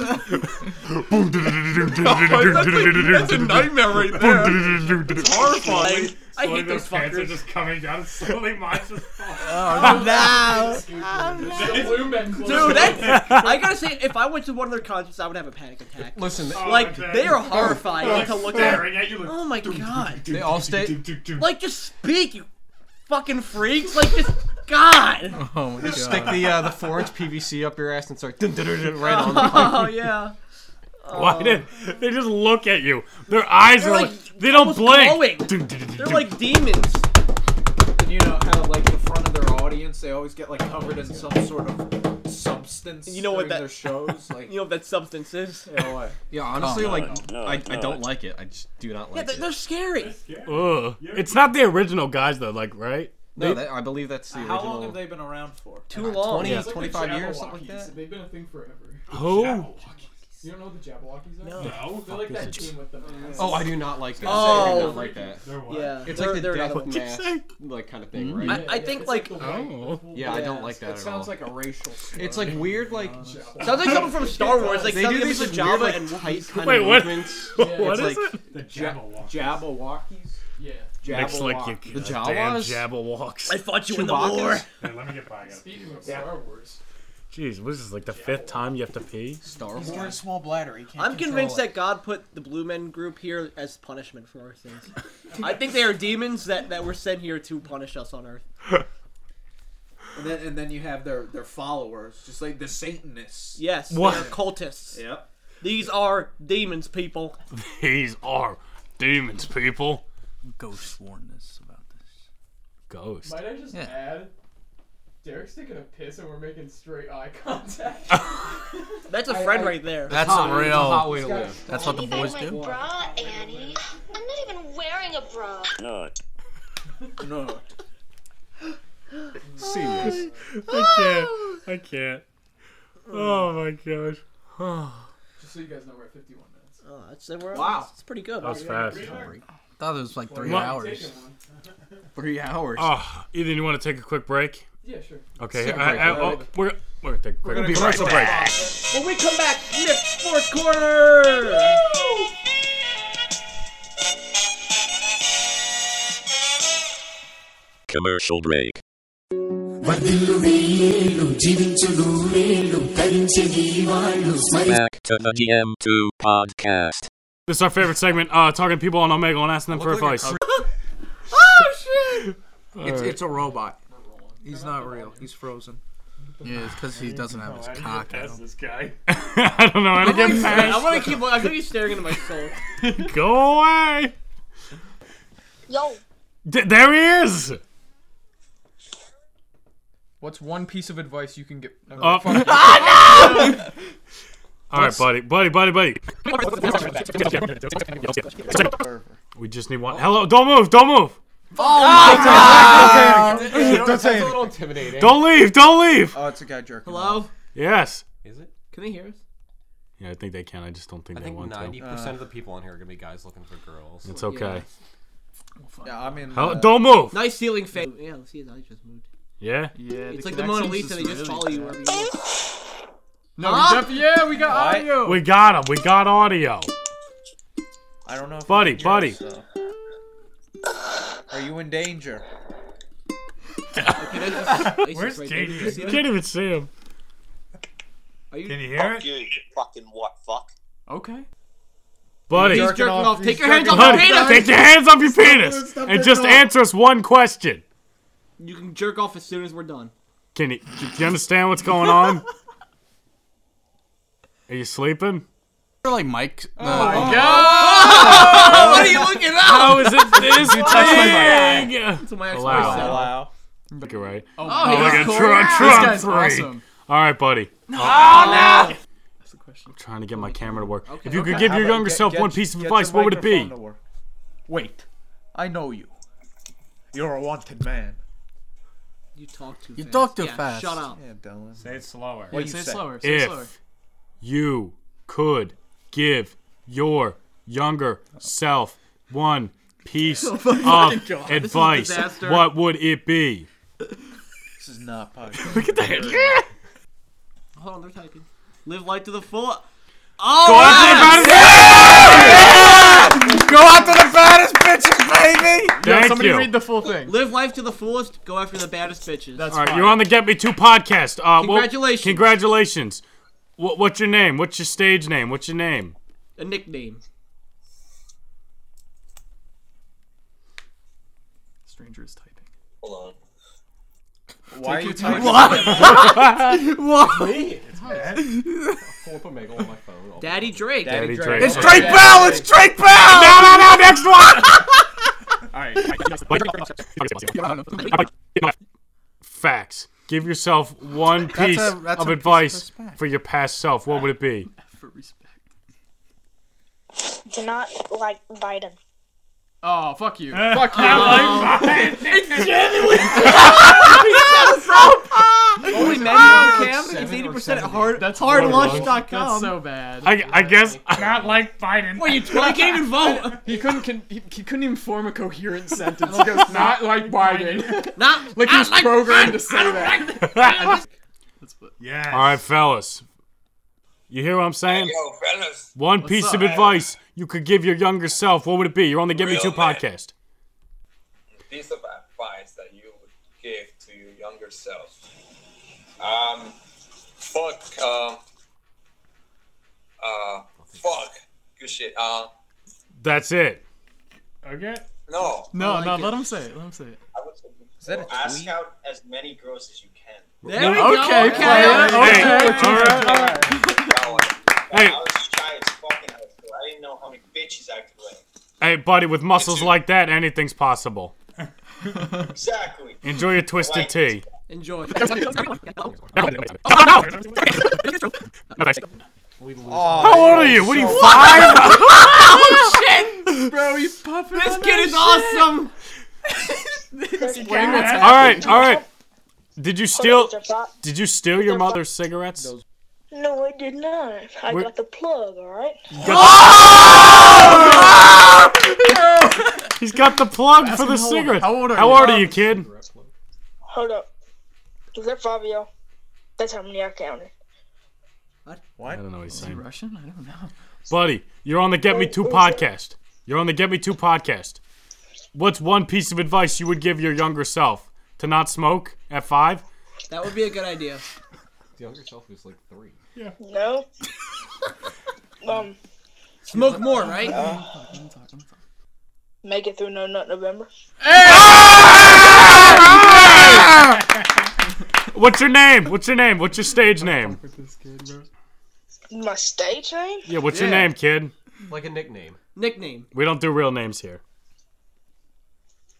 Speaker 3: That's a nightmare right there.
Speaker 5: Like, I
Speaker 4: Slowly
Speaker 5: hate those
Speaker 4: pants are
Speaker 5: fuckers.
Speaker 4: just coming down, and slowly mine just falls.
Speaker 3: Now.
Speaker 7: The blue men clothes.
Speaker 5: Dude, that's, I gotta say, if I went to one of their concerts, I would have a panic attack.
Speaker 1: Listen,
Speaker 4: Oh,
Speaker 5: Like,
Speaker 4: okay.
Speaker 5: they are horrifying
Speaker 4: They're, like,
Speaker 5: to look at.
Speaker 4: staring at you. Like,
Speaker 5: Oh my god.
Speaker 1: they all stay.
Speaker 5: Like, just speak, you fucking freaks. Like, just, god.
Speaker 3: Oh my god.
Speaker 1: Stick the uh, the four inch PVC up your ass and start dun, dun, dun, dun, right on.
Speaker 5: Oh, yeah.
Speaker 2: Why did they just look at you? Their eyes are
Speaker 5: They're
Speaker 2: like,
Speaker 5: like
Speaker 2: they don't
Speaker 5: almost
Speaker 2: blink.
Speaker 5: They're like demons.
Speaker 6: And you know how, like, the front of their audience, they always get, like, covered in some sort of substance
Speaker 5: You know what
Speaker 6: during
Speaker 5: that-
Speaker 6: their shows? Like,
Speaker 5: You know what that substance is?
Speaker 6: you know what?
Speaker 1: Yeah, honestly, like I, I don't like it. I just do not
Speaker 5: Yeah,
Speaker 1: like
Speaker 5: they're, they're
Speaker 1: it.
Speaker 5: scary.
Speaker 2: Ugh. It's not the original guys though, like right?
Speaker 1: No, that, I believe that's the
Speaker 6: How long
Speaker 1: original.
Speaker 6: have they been around for?
Speaker 5: Too long.
Speaker 1: 20,
Speaker 2: Yeah.
Speaker 7: It's like the
Speaker 1: 25 years, something like
Speaker 7: Jabberwockies.
Speaker 1: that.
Speaker 7: They've been a thing forever.
Speaker 2: Who?
Speaker 7: You don't know what the Jabberwockies are?
Speaker 5: No.
Speaker 4: No.
Speaker 7: They're like that team with them.
Speaker 1: Oh, I do not like that. I do
Speaker 5: Oh.
Speaker 1: not like that.
Speaker 4: They're what?
Speaker 5: Yeah.
Speaker 1: It's
Speaker 5: they're,
Speaker 1: like the
Speaker 5: they're
Speaker 1: death
Speaker 5: another one.
Speaker 1: mask, like kind of thing, right?
Speaker 5: Mm. I, I think, like,
Speaker 2: Oh.
Speaker 1: yeah, I don't
Speaker 5: Yeah,
Speaker 1: like that
Speaker 6: It
Speaker 1: at
Speaker 6: sounds
Speaker 1: all.
Speaker 6: like a racial slur.
Speaker 1: it's like weird, like
Speaker 5: sounds like someone from Star Wars. Like,
Speaker 1: they
Speaker 5: something
Speaker 1: do these
Speaker 5: with
Speaker 1: like,
Speaker 5: Java
Speaker 1: weird, like
Speaker 5: and
Speaker 1: tight kind
Speaker 2: Wait,
Speaker 1: of
Speaker 2: what?
Speaker 1: movements.
Speaker 2: What
Speaker 1: it's
Speaker 2: is
Speaker 1: like,
Speaker 2: it?
Speaker 4: The Jabberwock.
Speaker 6: Jabberwockies?
Speaker 7: Yeah.
Speaker 2: Nick's like you.
Speaker 1: The
Speaker 2: The damn
Speaker 1: Jawas?
Speaker 2: Jabberwocks.
Speaker 5: I fought you in the war.
Speaker 1: Chewbacca's
Speaker 4: Hey, let me get by. I gotta-
Speaker 7: Speaking of Star Wars,
Speaker 2: Jeez, what is this? Like the fifth time you have to pee?
Speaker 1: Star Wars.
Speaker 6: a small bladder. He can't
Speaker 5: I'm convinced that God put the Blue Men group here as punishment for our sins. I think they are demons that, that were sent here to punish us on Earth.
Speaker 6: And then, and then you have their, their followers, just like the Satanists.
Speaker 5: Yes,
Speaker 2: What?
Speaker 5: they are cultists.
Speaker 6: Yep.
Speaker 5: These are demons, people.
Speaker 2: These are demons, people.
Speaker 3: Ghost warned us about this.
Speaker 2: Ghost.
Speaker 7: might I just
Speaker 3: Yeah.
Speaker 7: add? Derek's taking a piss and we're making straight eye contact.
Speaker 5: That's a friend right there.
Speaker 3: That's
Speaker 1: hot,
Speaker 3: the
Speaker 1: it's a
Speaker 3: real.
Speaker 1: hot way to live.
Speaker 3: That's what the boys
Speaker 10: my
Speaker 3: do.
Speaker 10: bra, Annie. I'm not even wearing a bra.
Speaker 6: No.
Speaker 1: Serious.
Speaker 2: I can't. I can't. Oh my gosh.
Speaker 7: just so you guys know, we're at 51 minutes.
Speaker 5: Oh, that's, we're-
Speaker 6: Wow.
Speaker 5: that's pretty good.
Speaker 2: That was fast.
Speaker 3: thought it was like three
Speaker 2: What?
Speaker 3: hours.
Speaker 7: Taking one.
Speaker 1: Three hours.
Speaker 2: Oh, Ethan, you want to take a quick break?
Speaker 7: Yeah, sure.
Speaker 2: Okay.
Speaker 1: Let's take a
Speaker 2: I-
Speaker 1: break.
Speaker 2: I- oh, we're we're gonna take a break. We're
Speaker 1: be right back.
Speaker 5: When we come back, Nick's fourth quarter.
Speaker 11: Commercial break. Back to the GM2 podcast.
Speaker 2: This is our favorite segment. Uh, talking to people on Omegle and asking them for
Speaker 1: Look like
Speaker 2: advice.
Speaker 1: a
Speaker 5: Oh,
Speaker 6: It's, it's a robot. He's not real. He's frozen.
Speaker 3: Yeah, it's because he doesn't have his
Speaker 4: I need to
Speaker 3: cock. I
Speaker 4: test
Speaker 3: don't-
Speaker 4: this guy.
Speaker 2: I don't know how to get
Speaker 5: I
Speaker 2: past.
Speaker 5: want to keep. I'm gonna be staring into my soul.
Speaker 2: Go away.
Speaker 10: Yo,
Speaker 2: D- there he is.
Speaker 7: What's one piece of advice you can give?
Speaker 12: Uh,
Speaker 2: Oh. All right, buddy, buddy, buddy, buddy. We just need one. Hello, don't move, don't move,
Speaker 1: Oh, Don't Uh, say That's a little intimidating.
Speaker 2: don't leave, don't leave.
Speaker 6: Oh, it's a guy jerking.
Speaker 5: Hello?
Speaker 2: Yes.
Speaker 1: Is it?
Speaker 5: Can they hear us?
Speaker 2: Yeah, I think they can. I just don't think
Speaker 1: I
Speaker 2: they
Speaker 1: think
Speaker 2: want
Speaker 1: ninety
Speaker 2: to.
Speaker 1: percent of the people on here are gonna be guys looking for girls.
Speaker 2: It's okay.
Speaker 6: Yeah, I mean,
Speaker 2: Hello, don't move.
Speaker 5: Nice ceiling fan. Yeah, let's see his eyes just moved.
Speaker 2: Yeah.
Speaker 5: It's like the Mona Lisa. They just follow you wherever you go.
Speaker 7: No, we def- yeah, we got audio.
Speaker 2: We got him. We got audio.
Speaker 6: I don't know. If
Speaker 2: Buddy,
Speaker 6: you can hear
Speaker 2: buddy.
Speaker 6: us, though. Are you in danger?
Speaker 2: Where's
Speaker 5: Katie?
Speaker 2: Katie? Can't even see him.
Speaker 5: Are you-
Speaker 2: Can you hear it?
Speaker 9: you, you fucking white fuck.
Speaker 3: Okay.
Speaker 2: buddy.
Speaker 5: He's jerking off. Take your hands off your
Speaker 2: Buddy,
Speaker 5: penis.
Speaker 2: take your hands off your
Speaker 5: Stop it,
Speaker 2: penis
Speaker 5: stop
Speaker 2: and
Speaker 5: it,
Speaker 2: just
Speaker 5: no.
Speaker 2: answer us one question.
Speaker 5: You can jerk off as soon as we're done.
Speaker 2: Can you, do you understand what's going on? Are you sleeping?
Speaker 3: Really, Mike? Oh
Speaker 2: my
Speaker 5: God. What are you looking at?
Speaker 2: How is it this
Speaker 3: You touched my
Speaker 2: big?
Speaker 5: That's what my ex-wife said.
Speaker 2: Allow. Okay, right.
Speaker 5: Oh,
Speaker 2: Oh,
Speaker 5: he
Speaker 2: look
Speaker 5: was
Speaker 2: at
Speaker 5: cool.
Speaker 2: Tron,
Speaker 5: This
Speaker 2: Tron
Speaker 5: guy's
Speaker 2: three.
Speaker 5: awesome.
Speaker 2: All right, buddy.
Speaker 5: No.
Speaker 2: Oh,
Speaker 5: Oh, no.
Speaker 2: That's the question. I'm trying to get my camera to work.
Speaker 12: Okay,
Speaker 2: if you could
Speaker 12: okay.
Speaker 2: give
Speaker 12: How
Speaker 2: your
Speaker 12: about
Speaker 2: younger
Speaker 12: get-
Speaker 2: self
Speaker 12: get-
Speaker 2: one piece of
Speaker 12: get
Speaker 2: advice,
Speaker 12: the
Speaker 2: what would it be?
Speaker 12: microphone to work. Wait, I know you. You're a wanted man.
Speaker 5: You talk too
Speaker 3: You
Speaker 5: fast.
Speaker 3: talk too
Speaker 5: Yeah,
Speaker 3: fast.
Speaker 5: Shut up.
Speaker 12: Yeah, Dylan.
Speaker 4: Say it slower.
Speaker 5: Yeah, say it slower. Say it slower.
Speaker 2: If you could give your younger self one piece
Speaker 12: Oh
Speaker 2: of
Speaker 12: my God, this is a
Speaker 2: advice,
Speaker 12: disaster.
Speaker 2: what would it be?
Speaker 12: This is not podcast.
Speaker 2: Look at that.
Speaker 5: Hold on, they're typing. Live life to the full. Oh,
Speaker 12: Go out to the
Speaker 5: yes!
Speaker 12: baddest-
Speaker 3: Go out to the baddest bitches, baby.
Speaker 2: Thank you.
Speaker 5: the full thing. Live life to the fullest. Go after the baddest bitches. That's
Speaker 2: All right, you're on the Get Me Two podcast. Uh, well,
Speaker 5: Congratulations.
Speaker 2: congratulations. What, what's your name? What's your stage name? What's your name?
Speaker 5: a nickname.
Speaker 12: Stranger is typing. on.
Speaker 9: Hold
Speaker 1: Why are you typing?
Speaker 12: What?
Speaker 1: What?
Speaker 12: what?
Speaker 1: Me? It's Matt. I'll pull up a Omegle on my phone.
Speaker 5: Daddy Drake.
Speaker 1: Daddy Daddy Drake.
Speaker 3: It's Drake Bell. It's Drake Bell.
Speaker 1: No, no, no,
Speaker 2: next one. Facts. Give yourself one
Speaker 3: That's a-
Speaker 2: piece
Speaker 3: that's
Speaker 2: of
Speaker 3: a piece of
Speaker 2: advice
Speaker 3: respect.
Speaker 2: for your past self. What would it be?
Speaker 10: Do not like Biden.
Speaker 12: Oh, fuck you.
Speaker 2: Eh,
Speaker 12: fuck you. like
Speaker 2: I
Speaker 5: It's genuine. That's so bad. Only men know Cam. It's eighty percent hard. That's hardlunch.com.
Speaker 12: That's so bad.
Speaker 2: I, I guess.
Speaker 12: Not like Biden.
Speaker 5: What, you tw- I can't even vote.
Speaker 12: He couldn't. Con- he, he couldn't even form a coherent sentence. He goes, not like Biden.
Speaker 5: Not
Speaker 12: like he was programmed to say that.
Speaker 2: All right, fellas. You hear what I'm saying? One
Speaker 12: What's
Speaker 2: piece
Speaker 12: up?
Speaker 2: of advice you could give your younger self. What would it be? You're on the Get Me
Speaker 9: Real
Speaker 2: Two
Speaker 9: man.
Speaker 2: podcast.
Speaker 9: piece of advice that you would give to your younger self? Um, fuck, uh, uh, fuck, good shit. Uh,
Speaker 2: That's it.
Speaker 12: Okay.
Speaker 9: no.
Speaker 12: No, no. Let
Speaker 9: him.
Speaker 12: him say it. Let him say it.
Speaker 9: I would say, ask out as many girls as you can.
Speaker 12: There we go, Okay, okay. player,
Speaker 2: okay.
Speaker 9: all
Speaker 2: right, all
Speaker 9: right.
Speaker 2: Hey.
Speaker 9: I was shy as fucking hell. I didn't know how many bitches I could lay.
Speaker 2: Hey, buddy, with muscles like that, anything's possible.
Speaker 9: Exactly.
Speaker 2: Enjoy your twisted tea.
Speaker 5: Enjoy.
Speaker 2: How old are you? What are you, five?
Speaker 5: oh shit!
Speaker 12: Bro, you puppet.
Speaker 5: This kid is awesome.
Speaker 2: all right, all right. Did you steal? Did you steal your mother's cigarettes?
Speaker 10: No, I did not. I
Speaker 2: We're-
Speaker 10: got the plug, alright?
Speaker 2: He's got the plug for the
Speaker 10: him how old-
Speaker 2: cigarette.
Speaker 10: how old are
Speaker 2: How
Speaker 10: you?
Speaker 2: old are you, kid?
Speaker 10: Hold up. Is that Fabio? That's how many I counted.
Speaker 2: What? I don't know what he's
Speaker 12: Is he
Speaker 2: saying.
Speaker 12: Russian? I don't know.
Speaker 2: Buddy, you're on the Get Me Two podcast. You're on the Get Me Two podcast. What's one piece of advice you would give your younger self to not smoke at five?
Speaker 5: That would be a good idea.
Speaker 1: The younger self was like three.
Speaker 5: Yeah.
Speaker 10: No. um,
Speaker 5: Smoke more, right?
Speaker 10: make it through No Nut November.
Speaker 2: What's your name? What's your name? What's your stage name?
Speaker 10: My stage name?
Speaker 2: Yeah, what's your name, kid?
Speaker 1: Like a nickname.
Speaker 5: Nickname.
Speaker 2: We don't do real names here.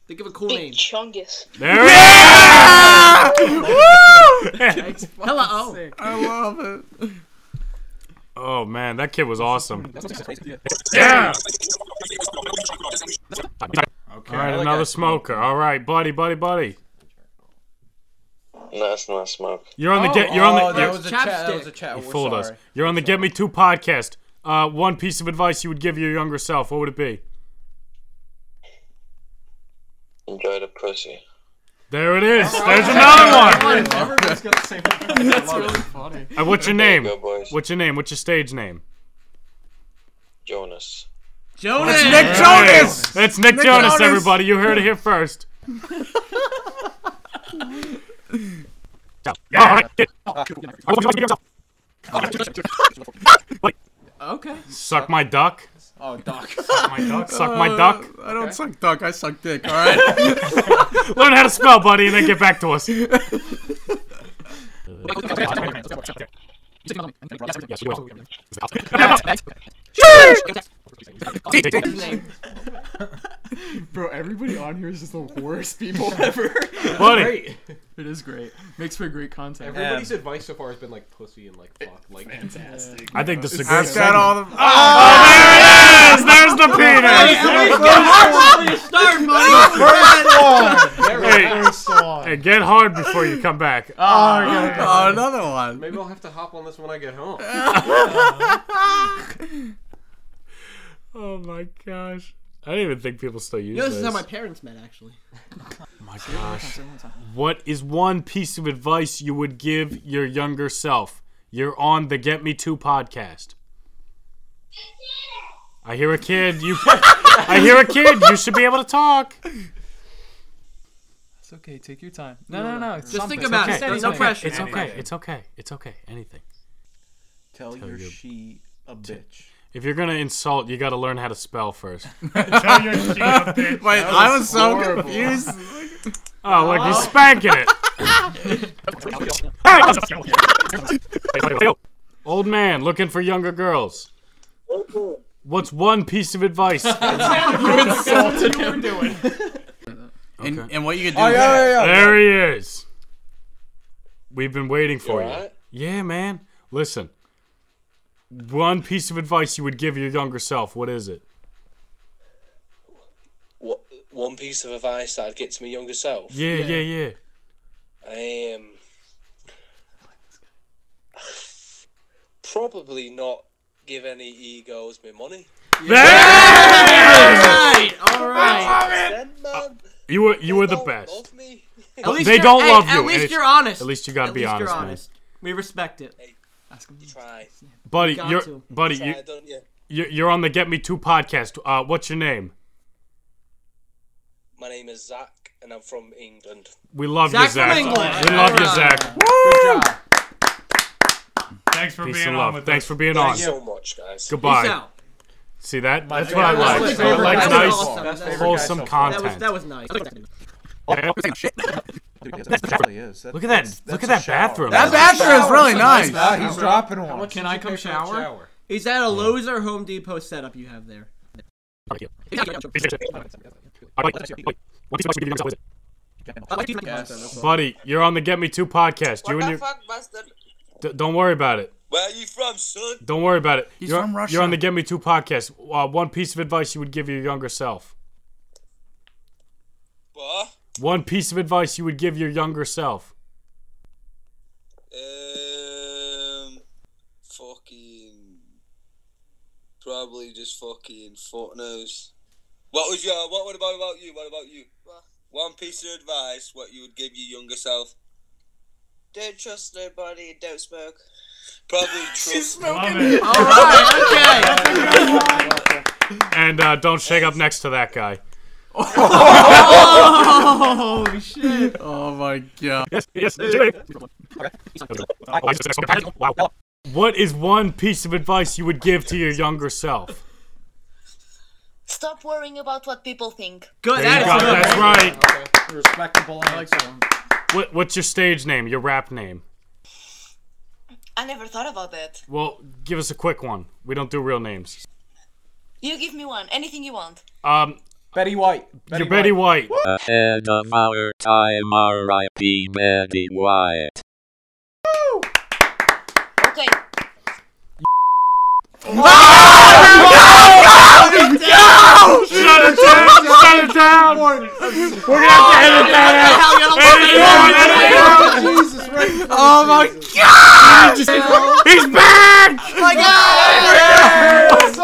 Speaker 5: Think of a cool name.
Speaker 10: Chungus.
Speaker 2: There we go.
Speaker 5: Hello.
Speaker 3: I love it.
Speaker 2: Oh man, that kid was awesome.
Speaker 12: Yeah.
Speaker 2: All right, another smoker. All right, buddy, buddy, buddy.
Speaker 9: No, it's not smoke.
Speaker 2: You're on the get. You're on the.
Speaker 12: Oh, that
Speaker 2: you're-
Speaker 12: was a chat- that was a
Speaker 2: You
Speaker 12: chat, we're
Speaker 2: fooled us.
Speaker 12: sorry.
Speaker 2: You're on the Get Me Two podcast. Uh, one piece of advice you would give your younger self. What would it be?
Speaker 9: Enjoy the pussy.
Speaker 2: There it is. There's
Speaker 12: Everyone's
Speaker 2: another one.
Speaker 12: got the same thing. That's really funny.
Speaker 2: Uh, what's your name?
Speaker 9: There you go, boys.
Speaker 2: What's your name? What's your stage name?
Speaker 9: Jonas.
Speaker 5: Jonas.
Speaker 3: Nick Jonas.
Speaker 2: That's Nick,
Speaker 3: Nick
Speaker 2: Jonas,
Speaker 3: Jonas.
Speaker 2: everybody. You heard it here first. Yeah. All right.
Speaker 3: Okay.
Speaker 2: Suck my duck.
Speaker 5: Oh, duck.
Speaker 2: Suck my duck. Suck my duck.
Speaker 8: Uh, I don't suck duck. I suck dick. All right.
Speaker 2: Learn how to spell, buddy, and then get back to us.
Speaker 3: Bro, everybody on here is just the worst people ever.
Speaker 2: Buddy.
Speaker 3: Great. It is great. Makes for great content.
Speaker 1: Everybody's advice so far has been like pussy and like fuck. Like
Speaker 3: Fantastic.
Speaker 2: I think this is a great
Speaker 8: I've got all the.
Speaker 2: segment. Oh, there it is! There's the penis!
Speaker 5: Start,
Speaker 2: Hey, hey, get hard before you come back.
Speaker 8: Oh, another one.
Speaker 1: Maybe I'll have to hop on this when I get home.
Speaker 2: Oh my gosh. I don't even think people still use
Speaker 5: You know, this
Speaker 2: this. Oh,
Speaker 5: is how my parents met, actually.
Speaker 2: my gosh. What is one piece of advice you would give your younger self? You're on the Get Me Two podcast. I hear a kid. You I hear a kid. You should be able to talk.
Speaker 3: It's okay. Take your time. No, no, no. It's
Speaker 5: Just
Speaker 3: something.
Speaker 5: think about
Speaker 3: It's
Speaker 5: it.
Speaker 3: okay.
Speaker 5: No pressure.
Speaker 2: It's okay. It's okay. It's okay. Anything.
Speaker 6: Tell, your,
Speaker 2: your-
Speaker 6: she a bitch.
Speaker 2: If you're gonna insult, you gotta learn how to spell first.
Speaker 6: Tell your she a bitch.
Speaker 8: Wait,
Speaker 6: That
Speaker 8: I
Speaker 6: was
Speaker 8: was so
Speaker 6: horrible.
Speaker 8: confused.
Speaker 2: Oh, look, he's spanking it. Old man looking for younger girls. What's one piece of advice?
Speaker 3: insulted him.
Speaker 8: And, and what you could do?
Speaker 3: Oh, yeah,
Speaker 8: is-
Speaker 3: yeah, yeah.
Speaker 2: There he is. We've been waiting for
Speaker 8: You
Speaker 2: you.
Speaker 8: alright?
Speaker 2: Yeah, man. Listen. One piece of advice you would give your younger self. What is it?
Speaker 7: What, one piece of advice that I'd get to my younger self.
Speaker 2: Yeah, yeah, yeah.
Speaker 7: Um, probably not give any egos me money.
Speaker 2: Right!
Speaker 5: All right.
Speaker 3: Uh,
Speaker 2: You were you were the best.
Speaker 5: At least
Speaker 2: they
Speaker 5: you're-
Speaker 2: don't
Speaker 5: hey,
Speaker 2: love
Speaker 5: at
Speaker 2: you.
Speaker 5: least
Speaker 2: and it's-
Speaker 5: you're honest.
Speaker 2: At least you gotta
Speaker 5: At
Speaker 2: be
Speaker 5: least you're
Speaker 2: honest, man.
Speaker 5: honest. We respect it.
Speaker 7: Try.
Speaker 2: Buddy,
Speaker 5: Got
Speaker 2: you're
Speaker 5: to.
Speaker 2: buddy,
Speaker 5: Try,
Speaker 2: you,
Speaker 7: don't you?
Speaker 2: you're you're on the Get Me Two podcast. Uh, what's your name?
Speaker 7: My name is Zach, and I'm from England.
Speaker 2: We love you,
Speaker 7: Zach from
Speaker 2: Zach.
Speaker 7: England.
Speaker 2: We love you,
Speaker 7: Alright.
Speaker 2: Zach.
Speaker 7: Good job.
Speaker 2: Thanks
Speaker 4: for
Speaker 2: Peace
Speaker 4: being
Speaker 2: and
Speaker 4: on
Speaker 2: love.
Speaker 4: with
Speaker 2: Thanks
Speaker 4: us.
Speaker 2: for being
Speaker 4: Thank
Speaker 2: on.
Speaker 4: you so much, guys.
Speaker 2: Goodbye.
Speaker 4: Peace out.
Speaker 2: See that?
Speaker 4: My
Speaker 2: That's what I
Speaker 4: favorite guy
Speaker 2: like.
Speaker 4: so far.
Speaker 2: like
Speaker 4: That's
Speaker 2: nice,
Speaker 4: awesome. That's favorite guy
Speaker 2: wholesome
Speaker 4: so far.
Speaker 2: content.
Speaker 5: That was nice.
Speaker 2: Look at that! Look at that bathroom.
Speaker 5: That bathroom is really nice. He's dropping
Speaker 3: How
Speaker 5: one.
Speaker 3: much Can did I you come pay for that shower? shower?
Speaker 5: Is that a Lowe's or Home Depot setup you have there?
Speaker 2: Buddy, you're on the Get Me Two podcast. You and your D- don't worry about it.
Speaker 7: Where are you from, son?
Speaker 2: Don't worry about it.
Speaker 7: He's
Speaker 2: you're,
Speaker 7: from Russia.
Speaker 2: You're on the Get Me Two podcast. Uh, one piece of advice you would give your younger self.
Speaker 7: What?
Speaker 2: One piece of advice you would give your younger self.
Speaker 7: Um, fucking. Probably just fucking fuck knows. What was your? What, what about about you? What about you? One piece of advice: what you would give your younger self? Don't trust nobody and don't smoke. Probably trust. She's
Speaker 2: smoking.
Speaker 5: All right.
Speaker 7: Okay.
Speaker 2: And uh, don't shake up next to that guy.
Speaker 8: Oh, shit. Oh my god.
Speaker 2: Yes, yes, Jimmy. What is one piece of advice you would give to your younger self?
Speaker 13: Stop worrying about what people think.
Speaker 2: There you go, That's right.
Speaker 6: Respectable. I like that one.
Speaker 2: What, what's your stage name? Your rap name?
Speaker 13: I never thought about that.
Speaker 2: Well, give us a quick one. We don't do real names.
Speaker 13: You give me one. Anything you want.
Speaker 2: Um,
Speaker 6: Betty White.
Speaker 2: you're Betty White.
Speaker 14: Ahead of our time, R.I.P. Betty White.
Speaker 13: Okay.
Speaker 2: No! Shut it down! Shut it down! We're gonna have to edit that out. Edit it out! Edit it out!
Speaker 8: Jesus, oh my god!
Speaker 2: He's back!
Speaker 8: my god! What's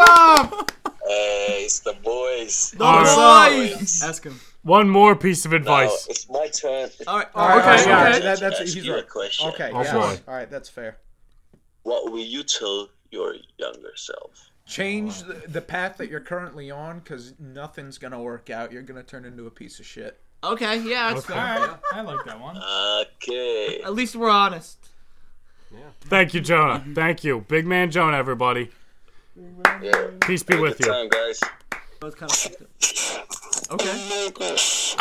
Speaker 8: up?
Speaker 15: Hey, it's the boys.
Speaker 2: Alright.
Speaker 5: Ask him.
Speaker 2: One more piece of advice.
Speaker 15: It's my turn.
Speaker 5: All right.
Speaker 15: All right,
Speaker 2: okay,
Speaker 15: all right.
Speaker 6: That, that's
Speaker 15: Ask
Speaker 6: he's
Speaker 15: you a
Speaker 6: right.
Speaker 15: question.
Speaker 6: Okay.
Speaker 2: Oh,
Speaker 6: yeah.
Speaker 2: boy.
Speaker 6: All right. That's fair.
Speaker 15: What will you tell your younger self?
Speaker 6: Change the, the path that you're currently on because nothing's going to work out. You're going to turn into a piece of shit.
Speaker 5: Okay, yeah, that's fair.
Speaker 6: All right.
Speaker 5: I like that one.
Speaker 15: Okay.
Speaker 5: At least we're honest.
Speaker 2: Thank you, Jonah. Thank you. Big man Jonah, everybody.
Speaker 9: Yeah.
Speaker 2: Peace be
Speaker 9: Have a
Speaker 2: with
Speaker 9: good
Speaker 2: you.
Speaker 9: Time, guys.
Speaker 5: was kind of. Oh
Speaker 9: Okay.
Speaker 5: God, yes!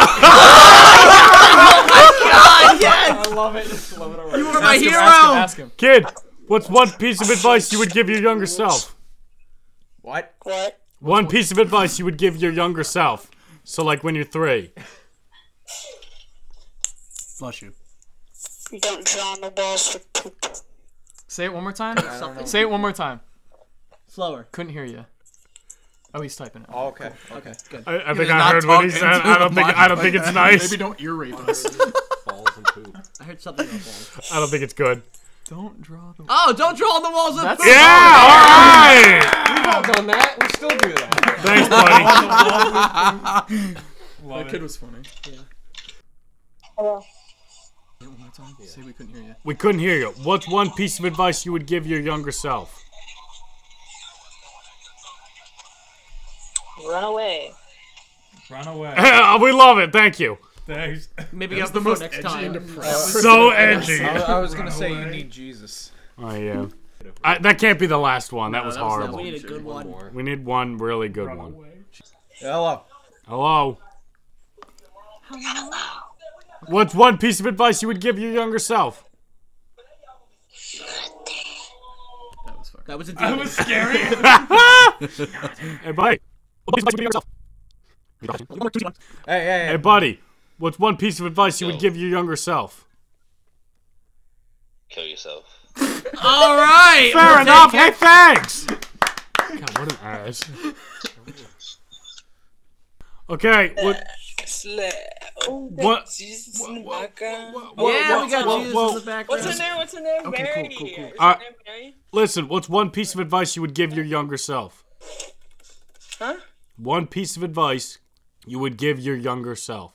Speaker 12: I love it. Just love it already.
Speaker 5: You were my
Speaker 12: Ask him,
Speaker 5: hero!
Speaker 12: ask him, ask him.
Speaker 2: Kid, what's one piece of advice you would give your younger self?
Speaker 16: What?
Speaker 10: What?
Speaker 2: One piece of advice you would give your younger self. So, like when you're three.
Speaker 12: Bless you.
Speaker 10: Don't drown the balls for poop.
Speaker 12: Say it one more time.
Speaker 10: I don't know.
Speaker 12: Say it one more time.
Speaker 5: Slower.
Speaker 12: Couldn't hear you. Oh, he's typing it.
Speaker 16: okay. Okay. Good.
Speaker 2: I- I think I heard what he said. I don't think- I don't think it's nice.
Speaker 12: Maybe don't ear rape us.
Speaker 1: Balls and poop.
Speaker 5: I heard something about balls.
Speaker 2: I don't think it's good.
Speaker 12: Don't draw the.
Speaker 5: Oh, don't draw on the walls of
Speaker 12: That's-
Speaker 5: poop.
Speaker 2: Yeah,
Speaker 1: We've all done that. We still do that.
Speaker 2: Thanks,
Speaker 12: That kid was funny. Yeah.
Speaker 10: Hello.
Speaker 12: Say it one more time. Say we couldn't hear you.
Speaker 2: We couldn't hear you. What's one piece of advice you would give your younger self?
Speaker 10: Run away.
Speaker 4: Run away.
Speaker 2: Uh, we love it. Thank you.
Speaker 4: Thanks.
Speaker 5: Maybe get
Speaker 4: That was
Speaker 5: off
Speaker 4: the
Speaker 5: the phone
Speaker 4: most
Speaker 5: next
Speaker 4: edgy
Speaker 5: time.
Speaker 4: and depressing.
Speaker 2: So edgy.
Speaker 16: I, I was gonna say you need Jesus.
Speaker 2: Oh yeah. I, that can't be the last one. That
Speaker 16: No,
Speaker 2: was
Speaker 16: that was the-
Speaker 2: horrible.
Speaker 16: we need a good one.
Speaker 2: more. We need one really good one.
Speaker 16: Hello.
Speaker 2: Hello. What's one piece of advice you would give your younger self?
Speaker 5: That was a
Speaker 2: That
Speaker 5: demon.
Speaker 2: was scary. hey, buddy. What piece of advice would you give yourself?
Speaker 16: Hey, hey,
Speaker 2: Hey, buddy. What's one piece of advice you would give your younger self?
Speaker 9: Kill yourself.
Speaker 5: All right.
Speaker 2: Fair
Speaker 5: we'll
Speaker 2: enough.
Speaker 5: take
Speaker 2: Hey,
Speaker 5: it.
Speaker 2: thanks. God, what an ass. Okay. What?
Speaker 17: Slut. Oh,
Speaker 2: What-
Speaker 17: that's Jesus in the background.
Speaker 5: yeah, we got Jesus
Speaker 2: whoa.
Speaker 5: in the background.
Speaker 17: What's her name? What's her name?
Speaker 5: Okay, cool,
Speaker 17: Mary.
Speaker 5: cool, cool.
Speaker 17: Is her
Speaker 2: Uh,
Speaker 17: name Mary?
Speaker 2: listen. What's one piece of advice you would give your younger self?
Speaker 17: Huh?
Speaker 2: One piece of advice you would give your younger self.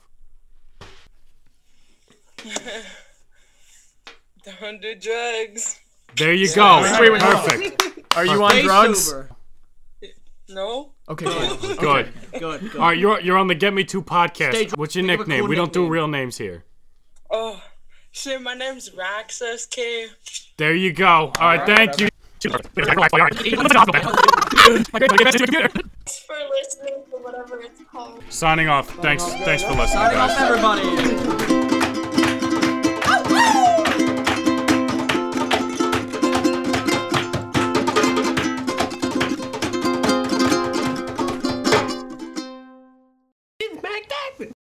Speaker 17: Don't do drugs.
Speaker 2: There you go.
Speaker 12: Wait, wait, wait, hold on.
Speaker 2: Perfect.
Speaker 12: Are you on
Speaker 2: Stay
Speaker 12: drugs?
Speaker 2: sober.
Speaker 17: No.
Speaker 12: Okay.
Speaker 2: Good.
Speaker 12: Okay.
Speaker 5: Good, good.
Speaker 2: All right, you're you're on the Get Me Two podcast.
Speaker 17: Stay dr-
Speaker 2: What's your
Speaker 17: think of a
Speaker 2: nickname?
Speaker 17: cool
Speaker 2: we don't do
Speaker 17: nickname.
Speaker 2: real names here.
Speaker 17: Oh, shit. My name's Roxas K.
Speaker 2: There you go. All right,
Speaker 17: right,
Speaker 2: thank you.
Speaker 10: Thanks for listening to whatever it's called.
Speaker 2: Signing off. Thanks. Thanks for listening,
Speaker 5: Signing off,
Speaker 2: guys.
Speaker 5: everybody.